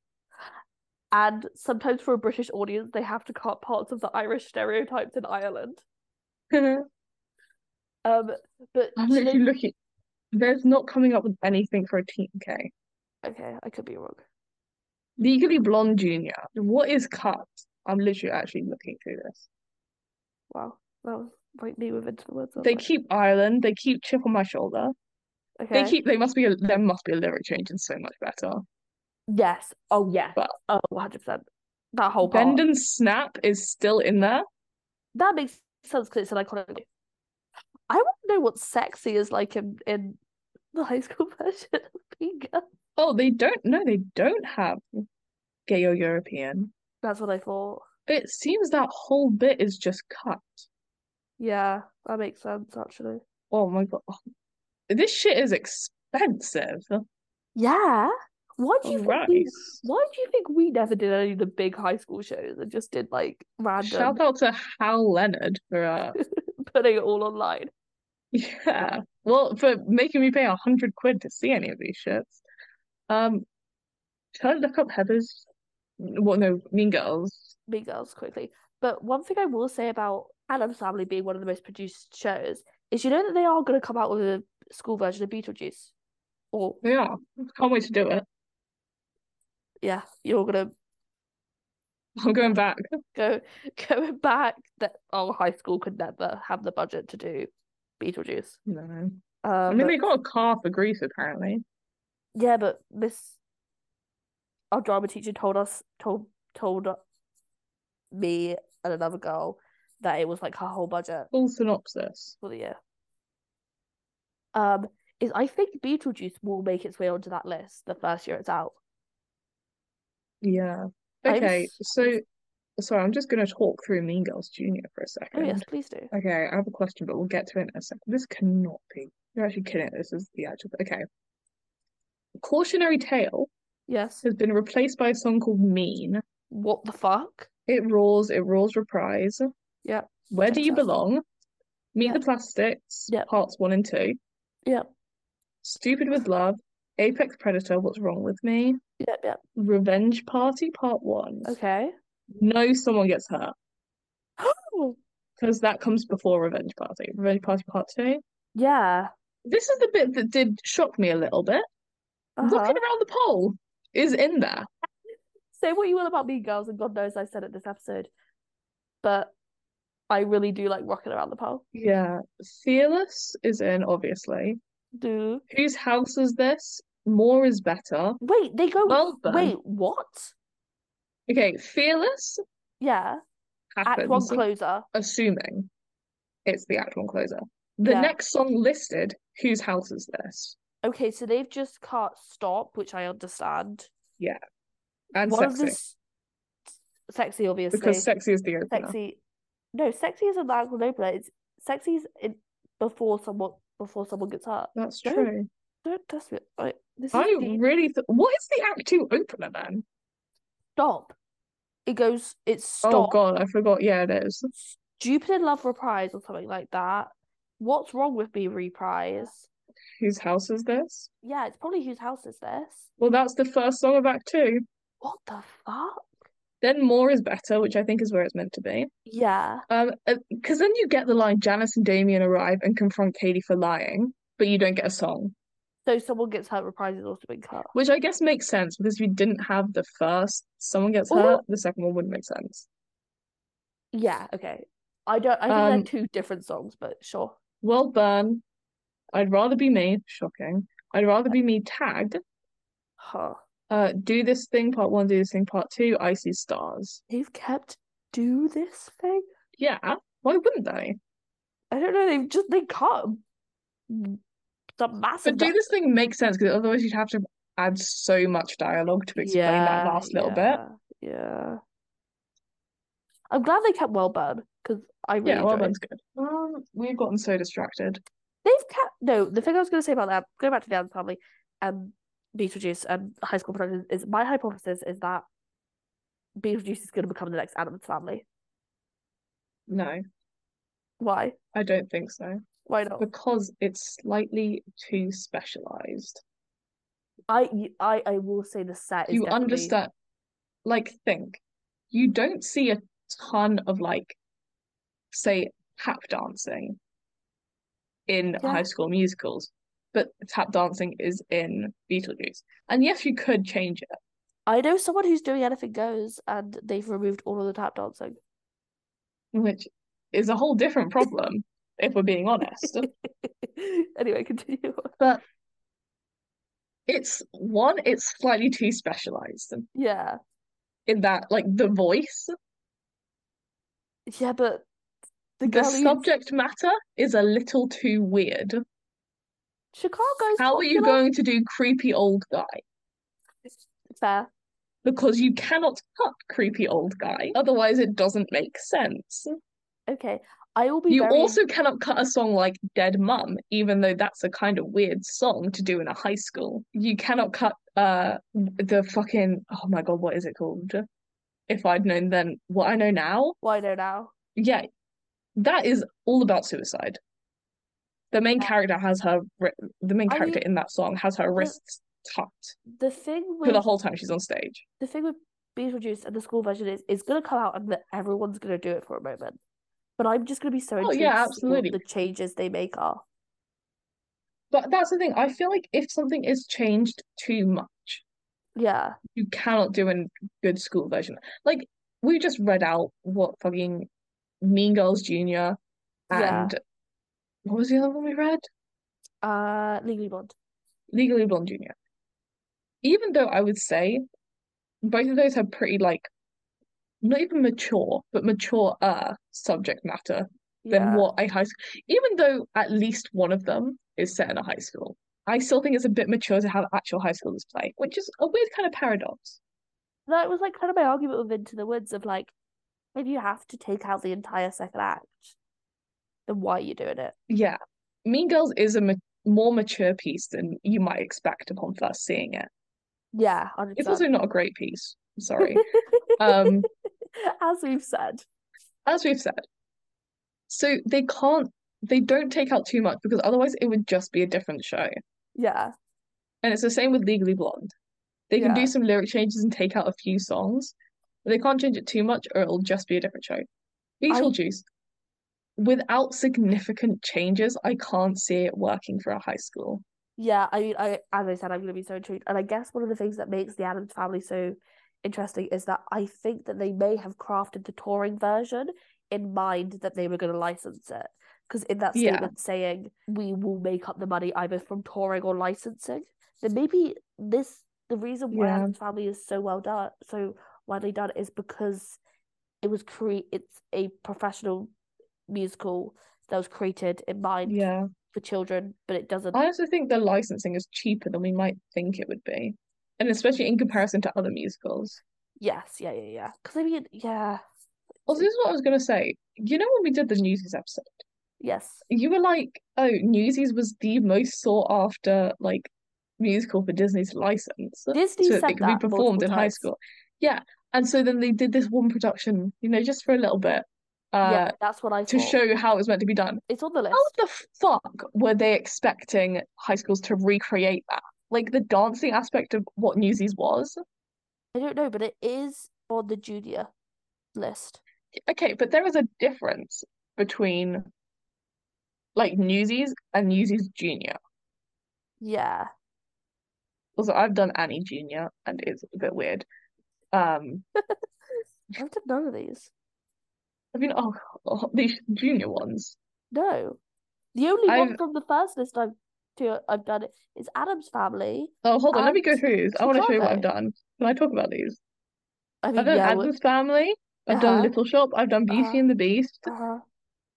A: And sometimes for a British audience, they have to cut parts of the Irish stereotypes in Ireland.
B: I'm
A: Um, but do you know-
B: literally looking. There's not coming up with anything for a Team K.
A: okay, I could be wrong.
B: Legally Blonde Junior. What is cut? I'm literally actually looking through this.
A: Wow, that was like me with into the words. I was
B: They
A: like,
B: keep Ireland. They keep Chip on My Shoulder.
A: okay.
B: They keep. They must be. A, there must be a lyric change and so much better.
A: Yes. Oh, yeah.
B: But-
A: Oh, 100%. That whole part.
B: Bend and Snap is still in there.
A: That makes sense because it's an iconic. name. I want to know what sexy is like in, in the high school version of Pinga.
B: Oh, they don't. No, they don't have gay or European.
A: That's what I thought.
B: It seems that whole bit is just cut.
A: Yeah, that makes sense, actually.
B: Oh my god, this shit is expensive.
A: Yeah. Why do you think
B: Right.
A: we, why do you think we never did any of the big high school shows and just did like random
B: Shout out to Hal Leonard for uh,
A: putting it all online?
B: yeah, well, for making me pay a hundred quid to see any of these shits. Um, should I look up Heather's? Well, no, Mean Girls.
A: Mean Girls quickly. But one thing I will say about Adam's Family being one of the most produced shows is you know that they are going to come out with a school version of Beetlejuice. Or,
B: Yeah, can't wait to do it.
A: yeah, you're going to
B: I'm going back.
A: go going back that our high school could never have the budget to do Beetlejuice.
B: No,
A: Um,
B: I mean they got a car for Greece apparently.
A: Yeah, but Miss, our drama teacher told us told told me and another girl that it was like her whole budget
B: Full synopsis.
A: for the year. Um, is I think Beetlejuice will make its way onto that list the first year it's out.
B: Yeah.
A: I'm
B: Okay,
A: s-
B: so sorry, I'm just gonna talk through Mean Girls Junior for a
A: Oh yes,
B: second.
A: please do.
B: Okay, I have a question, but we'll get to it in a second. This cannot be. You're actually kidding. This is the actual. Okay. Cautionary Tale
A: Yes.
B: has been replaced by a song called Mean.
A: What the fuck?
B: It roars, it roars reprise.
A: Yeah.
B: Where Do
A: checks
B: You
A: out.
B: Belong? Meet
A: Yeah.
B: the Plastics,
A: Yeah.
B: parts one and two.
A: Yeah.
B: Stupid with Love, Apex Predator, What's Wrong with Me?
A: Yep, yep.
B: Revenge Party, part one.
A: Okay.
B: No, someone gets hurt.
A: Oh,
B: Because that comes before Revenge Party. Revenge Party Part 2.
A: yeah.
B: This is the bit that did shock me a little bit.
A: Uh-huh.
B: Looking around the pole is in there.
A: Say what you will about Mean Girls, and God knows I said it this episode, but I really do like rocking around the pole.
B: Yeah. Fearless is in, obviously.
A: Do
B: Whose house is this? More is better.
A: wait, they go.
B: Well done.
A: wait, what?
B: Okay, Fearless
A: Yeah, act one
B: happens,
A: closer.
B: assuming it's the act one closer. The
A: Yeah.
B: next song listed, Whose House Is This?
A: Okay, so they've just cut stop, which I understand.
B: And
A: One of
B: Sexy.
A: this sexy, obviously.
B: Because Sexy is the opener.
A: sexy. No, sexy isn't that ankle opener. It's sexy's in before someone before someone gets hurt.
B: That's
A: No,
B: true.
A: Don't test me. I, this is
B: I
A: the-
B: really th- what is the act two opener then?
A: stop. It goes. It's stop.
B: Oh god, I forgot. Yeah, it is.
A: Stupid in love reprise or something like that. What's wrong with me reprise?
B: Whose house is this?
A: Yeah, it's probably whose house is this?
B: Well, that's the first song of Act Two.
A: What the fuck?
B: Then more is better, which I think is where it's meant to be.
A: Yeah.
B: Um, because then you get the line Janice and Damien arrive and confront Katie for lying, but you don't get a song,
A: So someone gets hurt, reprisals also being cut.
B: which I guess makes sense because if you didn't have the first, someone gets
A: Well-
B: hurt, the second one wouldn't make sense.
A: Yeah, okay. I don't I think
B: Um,
A: they're two different songs, but sure.
B: World burn. I'd rather be me. Shocking. I'd rather be me tagged.
A: Huh.
B: Uh, do this thing part one. Do this thing part two. I see stars.
A: They've kept do this thing?
B: Yeah. Why wouldn't they?
A: I don't know, they've just they can't some massive
B: But do this thing makes sense because otherwise you'd have to add so much dialogue to explain that last little bit.
A: bit. Yeah. I'm glad they kept well burned because I really
B: Yeah, well,
A: enjoyed it.
B: that's good. Um, we've gotten so distracted.
A: They've kept no. The thing I was going to say about that, going back to the Adams Family, um, Beetlejuice and High School Productions is my hypothesis is that Beetlejuice is going to become the next Adams Family.
B: No,
A: Why?
B: I don't think so
A: Why not?
B: because it's slightly too specialized.
A: I you- I I will say the set is
B: you
A: definitely-
B: understand? Like, think you don't see a ton of like, say, tap dancing in
A: Yeah.
B: High School Musicals, but tap dancing is in Beetlejuice. And yes, you could change it.
A: I know someone who's doing anything goes, and they've removed all of the tap dancing.
B: which is a whole different problem if we're being honest.
A: anyway, continue. on.
B: It's one, it's slightly too specialized
A: Yeah,
B: in that, like, the voice,
A: yeah, but the
B: the
A: girl who's-
B: subject matter is a little too weird.
A: Chicago's
B: How are you
A: popular.
B: going to do creepy old guy?
A: Fair.
B: Because you cannot cut creepy old guy, otherwise, it doesn't make sense.
A: Okay, I will be
B: You
A: very.
B: also cannot cut a song like Dead Mum, even though that's a kind of weird song to do in a high school. You cannot cut uh the fucking oh my god, what is it called? If I'd known then what I know now,
A: Why no now?
B: yeah, that is all about suicide. The main
A: Yeah.
B: character has her wri- the main
A: I
B: character
A: mean,
B: in that song has her wrists tucked
A: The thing
B: for
A: with
B: the whole time she's on stage.
A: the thing with Beetlejuice and the school version is it's gonna come out and that everyone's gonna do it for a moment. But I'm just gonna be so
B: Oh,
A: intrigued
B: yeah,
A: to see what
B: absolutely.
A: the changes they make are.
B: But that's the thing. I feel like if something is changed too much,
A: Yeah.
B: you cannot do a good school version. Like we just read out what fucking Mean Girls Junior
A: Yeah.
B: and what was the other one we read?
A: Uh Legally Blonde.
B: Legally Blonde Junior. Even though I would say both of those have pretty like not even mature, but mature subject matter than
A: Yeah.
B: what a high school. Even though at least one of them is set in a high school, I still think it's a bit mature to have actual high schoolers play, which is a weird kind of paradox.
A: That was like kind of my argument with Into the Woods of like if you have to take out the entire second act, then why are you doing it?
B: Yeah. Mean Girls is a ma- more mature piece than you might expect upon first seeing it.
A: Yeah, hundred
B: It's also
A: percent.
B: not a great piece. I'm sorry. um,
A: As we've said.
B: as we've said, so they can't, they don't take out too much because otherwise it would just be a different show.
A: Yeah.
B: And it's the same with Legally Blonde. They can
A: Yeah.
B: do some lyric changes and take out a few songs, but they can't change it too much or it'll just be a different show. Beetlejuice, without significant changes, I can't see it working for a high school.
A: Yeah, I mean, I as I said, I'm going to be so intrigued, and I guess one of the things that makes the Adams Family so interesting is that I think that they may have crafted the touring version in mind that they were going to license it, because in that
B: Yeah.
A: statement saying we will make up the money either from touring or licensing, then maybe this the reason why
B: Yeah.
A: Adams Family is so well done, so widely done, is because it was cre- it's a professional musical that was created in mind
B: Yeah.
A: for children, but it doesn't.
B: I also think the licensing is cheaper than we might think it would be, and especially in comparison to other musicals.
A: Yes, yeah, yeah, yeah. Because I mean, yeah,
B: Also, this is what I was going to say. You know, when we did the Newsies episode,
A: yes,
B: you were like, "Oh, Newsies was the most sought after like musical for Disney's license, so
A: Disney
B: that
A: said
B: it could be
A: that multiple
B: performed in high
A: times.
B: school." Yeah, and so then they did this one production, you know, just for a little bit, uh,
A: yeah, that's what I
B: to
A: thought.
B: show Oh. you how it was meant to be done.
A: It's on the list.
B: How the fuck were they expecting high schools to recreate that? Like the dancing aspect of what Newsies was.
A: I don't know, but it is on the junior list.
B: Okay, but there is a difference between like Newsies and Newsies Junior.
A: Yeah.
B: Also, I've done Annie Junior, and it's a bit weird. Um,
A: I have done none of these.
B: I mean, oh, oh these junior ones.
A: No. The only one
B: I've-
A: from the first list I've to, I've done it is Adam's family.
B: Oh, hold on, let me go
A: And
B: through these. I want to show you what I've
A: Chicago.
B: done. Can I talk about these?
A: I mean,
B: I've done
A: yeah, we-
B: Addams Family. I've done
A: Uh-huh.
B: Little Shop. I've done Beauty
A: Uh-huh.
B: and the Beast.
A: uh,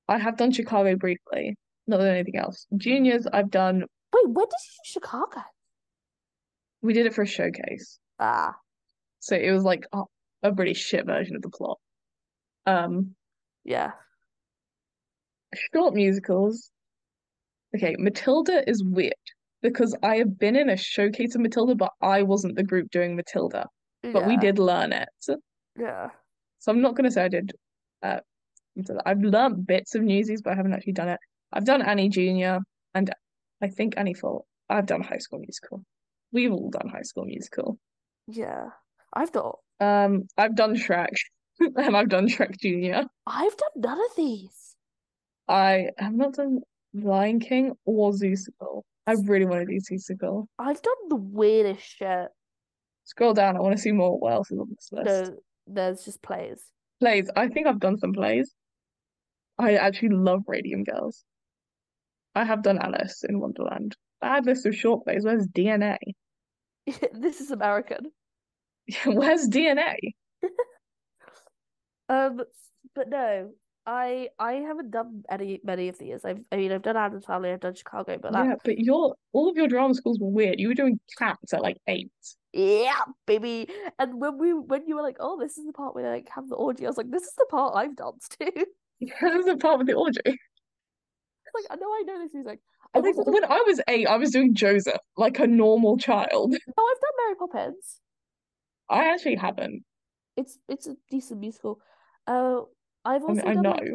B: I have done Chicago briefly. Not done anything else. Juniors, I've done.
A: wait, when did you do Chicago?
B: We did it for a showcase,
A: Ah,
B: so it was like oh, a really shit version of the plot. Um,
A: yeah.
B: short musicals. Okay, Matilda is weird because I have been in a showcase of Matilda, but I wasn't the group doing Matilda, but we
A: Yeah.
B: did learn it.
A: Yeah.
B: So I'm not gonna say I did. Uh, Matilda. I've learnt bits of Newsies, but I haven't actually done it. I've done Annie Junior and I think Annie Full. I've done High School Musical. We've all done High School Musical.
A: Yeah. I've done
B: Um, I've done Shrek, and I've done Shrek Junior.
A: I've done none of these.
B: I have not done Lion King or Zootable. I really want to do Zootable.
A: I've done the weirdest shit.
B: Scroll down. I want to see more. What else is on this list?
A: No, there's just plays.
B: Plays. I think I've done some plays. I actually love Radium Girls. I have done Alice in Wonderland. Bad list of short plays. Where's DNA?
A: This is American.
B: Where's DNA?
A: Um, but no, I I haven't done any many of these. I've I mean I've done Adam's Family, I've done Chicago, but that
B: Yeah, but your all of your drama schools were weird. You were doing cats at like eight.
A: yeah, baby. And when we when you were like, oh, this is the part where they like have the orgy, I was like, this is the part I've danced to. It's
B: That was a part with the orgy.
A: like I know I know this music.
B: I
A: I've
B: think
A: also done,
B: when I was eight, I was doing Joseph like a normal child.
A: oh, I've done Mary Poppins.
B: I actually haven't.
A: It's it's a decent musical. Uh, I've
B: I mean,
A: also
B: I
A: done
B: know.
A: like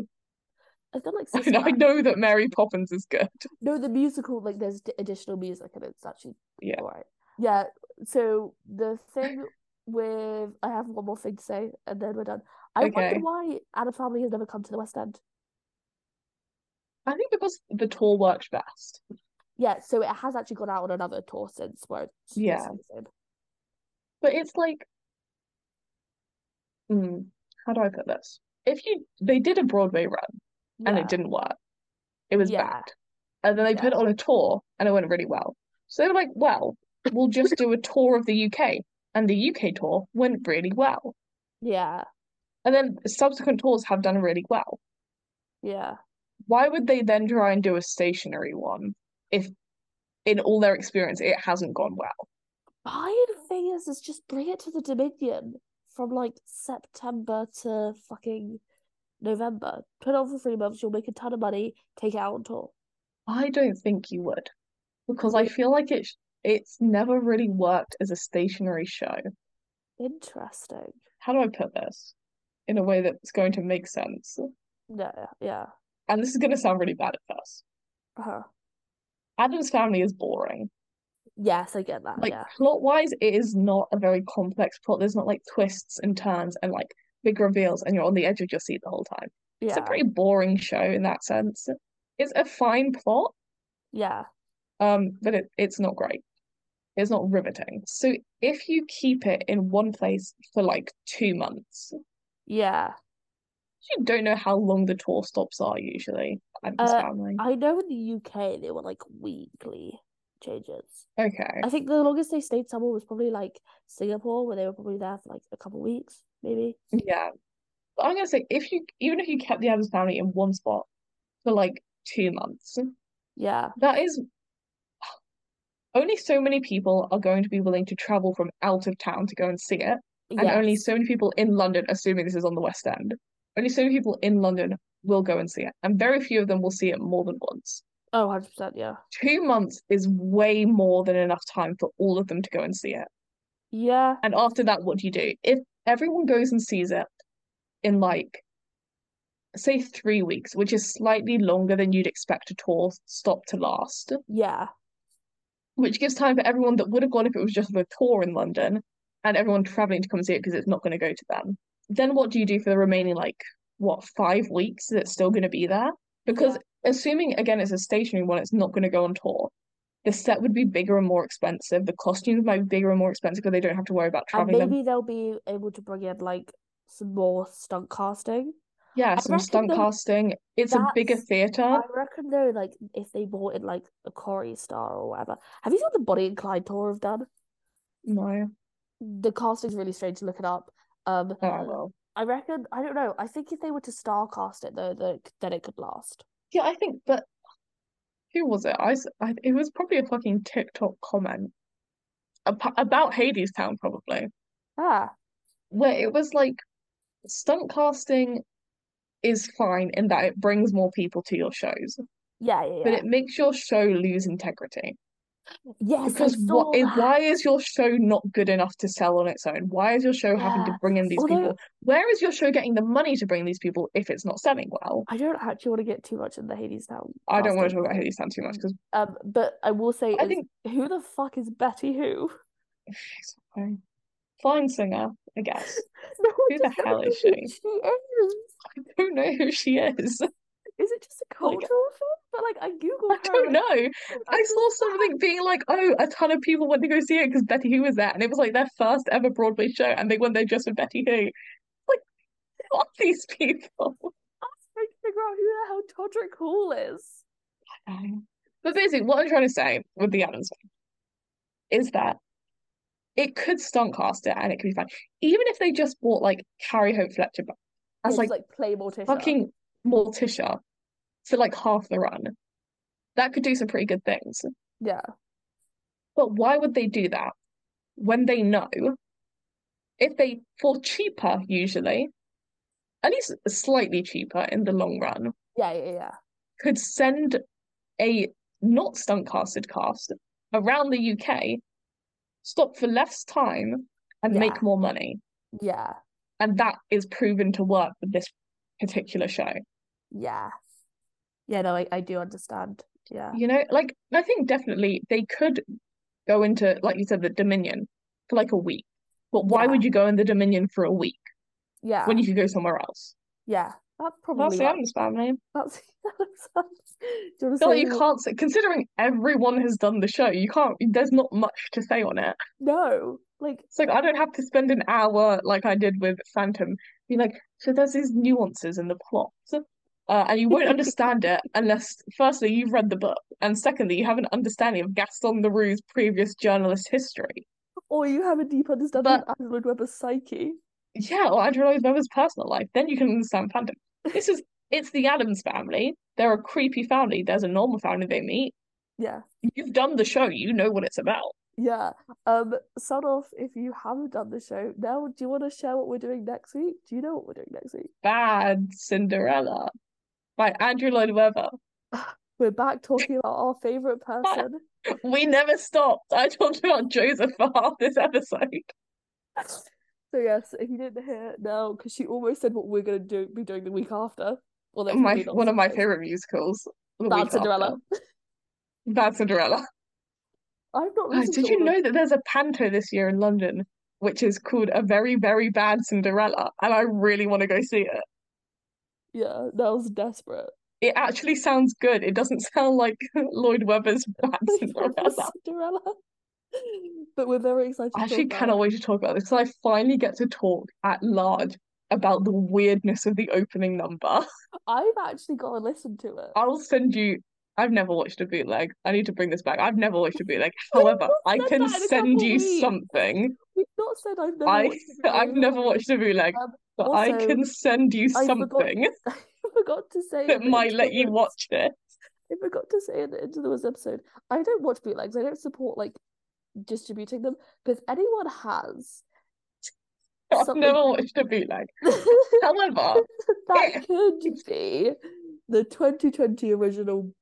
A: I've done like
B: I,
A: Sister
B: I
A: Act.
B: know that Mary Poppins is good.
A: No, the musical, like there's d additional music and it's actually
B: Yeah.
A: all right. Yeah, so the thing with I have one more thing to say and then we're done. I wonder
B: Okay.
A: why Anna Family has never come to the West End.
B: I think because the tour worked best.
A: Yeah, so it has actually gone out on another tour since where it's
B: Yeah.
A: basically the same.
B: But it's like, mm, how do I put this? If you they did a Broadway run and it
A: Yeah,
B: didn't work, it was
A: yeah,
B: bad. And then they
A: yeah,
B: put it on a tour and it went really well. So they were like, well, we'll just do a tour of the UK. And the UK tour went really well.
A: yeah,
B: And then subsequent tours have done really well.
A: yeah.
B: Why would they then try and do a stationary one if in all their experience it hasn't gone well?
A: My thing is, is just bring it to the Dominion from like September to fucking November. Put it on for three months, you'll make a ton of money, take it out on tour.
B: I don't think you would because I
A: Really
B: feel like it sh- it's never really worked as a stationary show.
A: interesting.
B: How do I put this in a way that's going to make sense?
A: No, yeah.
B: And this is going to sound really bad at first.
A: Uh-huh.
B: Adam's Family is boring.
A: Yes, I get that.
B: Like
A: Yeah.
B: plot-wise, it is not a very complex plot. There's not like twists and turns and like big reveals, and you're on the edge of your seat the whole time. It's a
A: Yeah.
B: pretty boring show in that sense. It's a fine plot,
A: Yeah.
B: um, but it, it's not great. It's not riveting. So if you keep it in one place for like two months,
A: Yeah.
B: you don't know how long the tour stops are usually. Adam's
A: Uh,
B: family.
A: I know in the UK they were like weekly changes.
B: Okay.
A: I think the longest they stayed somewhere was probably like Singapore, where they were probably there for like a couple weeks, maybe.
B: Yeah. But I'm gonna say if you even if you kept the Adams family in one spot for like two months,
A: Yeah.
B: that is only so many people are going to be willing to travel from out of town to go and see it, and only
A: Yes.
B: so many people in London, assuming this is on the West End, only so many people in London will go and see it, and very few of them will see it more than once.
A: Oh, 100%. Yeah.
B: Two months is way more than enough time for all of them to go and see it.
A: Yeah.
B: And after that, what do you do? If everyone goes and sees it in like say three weeks, which is slightly longer than you'd expect a tour stop to last,
A: Yeah.
B: which gives time for everyone that would have gone if it was just the tour in London and everyone traveling to come see it because it's not going to go to them. Then what do you do for the remaining, like, what, five weeks that's still going to be there? Because assuming, again, it's a stationary one, it's not going to go on tour. The set would be bigger and more expensive. The costumes might be bigger and more expensive because they don't have to worry about
A: And
B: traveling them.
A: maybe they'll be able to bring in like some more stunt casting.
B: Yeah,
A: I
B: some
A: reckon
B: stunt
A: they'll-
B: casting. It's a bigger
A: that's-
B: theatre.
A: I reckon though, like if they brought in like a Corey star or whatever. Have you seen the Bonnie and Clyde tour I've done?
B: No.
A: The casting's really strange to look it up. Um,
B: Oh, well.
A: I reckon I don't know. I think if they were to star cast it though, that then it could last.
B: Yeah, I think, but who was it? I, s- I- it was probably a fucking TikTok comment ap- about Hades Town, probably,
A: Ah,
B: where it was like stunt casting is fine in that it brings more people to your shows,
A: yeah, yeah,
B: but
A: yeah.
B: it makes your show lose integrity.
A: Yes, I
B: Because what
A: saw
B: is
A: that.
B: why is your show not good enough to sell on its own? Why is your show having to
A: Yeah.
B: bring in these
A: Although
B: people? Where is your show getting the money to bring these people if it's not selling well?
A: I don't actually want to get too much in the Hades Town
B: I don't want to
A: casting
B: talk about
A: thing.
B: Hades Town too much because
A: Um, but I will say
B: I
A: is
B: think
A: who the fuck is Betty Who?
B: fine singer, I guess.
A: No one
B: Who the
A: just knows
B: hell is
A: who
B: she?
A: she is.
B: I don't know who she is.
A: Is it just a
B: Like,
A: cultural thing? But like I
B: Oh I
A: googled her
B: don't
A: and
B: know.
A: I
B: I
A: just
B: saw something being like, oh, a ton of people went to go see it because Betty Who was there. And it was like their first ever Broadway show and they went there just for Betty Who. Like, who are these people?
A: I was trying to figure out who the hell Todrick Hall is.
B: But basically, what I'm trying to say with the Adams one is that it could stunt cast it and it could be fun. Even if they just bought like Carrie Hope Fletcher back
A: Yeah,
B: as
A: just
B: like
A: like play Morticia.
B: fucking Morticia for like half the run, that could do some pretty good things.
A: Yeah.
B: But why would they do that when they know if they, for cheaper usually, at least slightly cheaper in the long run,
A: Yeah, yeah, yeah.
B: could send a not stunt casted cast around the UK, stop for less time, and
A: Yeah.
B: make more money.
A: Yeah.
B: And that is proven to work with this particular show.
A: Yeah. Yeah, no, I, I do understand. Yeah.
B: You know, like I think definitely they could go into, like you said, the Dominion for like a week. But why
A: Yeah.
B: would you go in the Dominion for a week
A: Yeah.
B: when you could go somewhere else?
A: Yeah. That's
B: Oh,
A: probably
B: That's the
A: right.
B: Addams Family.
A: That's do you want to
B: feel
A: say
B: like
A: any
B: you
A: more?
B: can't say, considering everyone has done the show, you can't, there's not much to say on it.
A: No. Like
B: It's like, I don't have to spend an hour like I did with Phantom, be like, so there's these nuances in the plot. Uh, and you won't understand it unless, firstly, you've read the book, and secondly, you have an understanding of Gaston Leroux's previous journalist history.
A: or you have a deep understanding
B: But
A: of Andrew Lloyd Webber's psyche.
B: yeah, or Andrew Lloyd Webber's personal life, then you can understand Phantom. This is, it's the Addams family. They're a creepy family. There's a normal family they meet.
A: Yeah.
B: You've done the show, you know what it's about.
A: Yeah. Um, sound off if you haven't done the show. Now, do you want to share what we're doing next week? Do you know what we're doing next week?
B: Bad Cinderella by Andrew Lloyd Webber.
A: We're back talking about our favorite person.
B: We never stopped. I talked about Joseph for half this episode.
A: So yes, if you didn't hear it now, because she almost said what we're gonna do be doing the week after. Well, that's
B: My
A: probably not
B: one of my
A: surprise.
B: favorite musicals the
A: Bad
B: week after.
A: Cinderella.
B: Bad Cinderella.
A: I've not
B: Guys,
A: listened to
B: did you
A: all of.
B: know that there's a panto this year in London which is called A Very, Very Bad Cinderella? And I really want to go see it.
A: Yeah, that was desperate.
B: It actually sounds good. It doesn't sound like Lloyd Webber's Bad Cinderella.
A: Cinderella. But we're very excited to talk
B: I actually
A: about it.
B: cannot wait to talk about this because I finally get to talk at large about the weirdness of the opening number.
A: I've actually got to listen to it.
B: I'll send you. I've never watched a bootleg. I need to bring this back. I've never watched a bootleg.
A: We've
B: However,
A: not
B: I
A: said
B: can
A: that in a
B: send
A: couple
B: you
A: weeks.
B: something.
A: We've not said I've never
B: I
A: watched a
B: I've
A: video.
B: never watched a bootleg,
A: Um,
B: but I
A: also,
B: can send you
A: I forgot
B: something
A: I forgot to say
B: that
A: in the
B: might
A: Into the
B: let you
A: Woods.
B: watch it.
A: I forgot to say in the Into the Woods episode. I don't watch bootlegs. I don't support like distributing them. But if anyone has
B: I've
A: something
B: never watched a bootleg. However,
A: that
B: it,
A: could be the 2020 original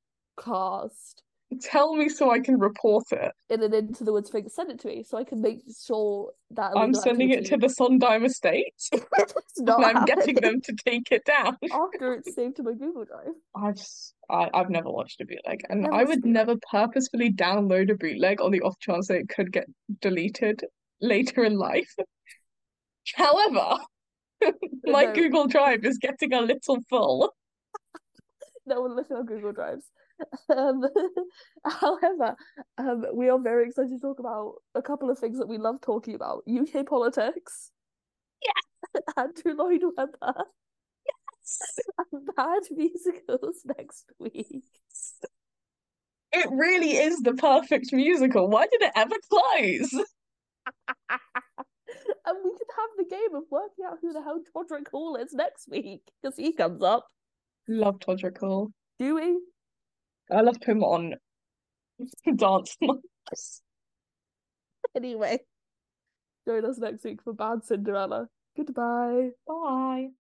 A: cast.
B: Tell me so I can report it.
A: in an Into the Woods thing. Send it to me so I can make sure that
B: I'm sending it to the Sondheim Estate, and I'm getting them to take it down.
A: after it's saved to my Google Drive.
B: I've s- I, have never watched a bootleg, and
A: Never
B: I
A: watched a
B: would
A: bootleg.
B: never purposefully download a bootleg on the off chance that it could get deleted later in life. However, my
A: No.
B: Google Drive is getting a little full.
A: No one looking on Google Drives. Um, however, um, we are very excited to talk about a couple of things that we love talking about: UK politics. Yes, Andrew Lloyd Webber and bad musicals next week.
B: It really is the perfect musical. Why did it ever close?
A: And we can have the game of working out who the hell Todrick Hall is next week because he comes up.
B: Love Todrick Hall.
A: Do we?
B: I loved him on Dance Moms.
A: Anyway, join us next week for Bad Cinderella. Goodbye.
B: Bye.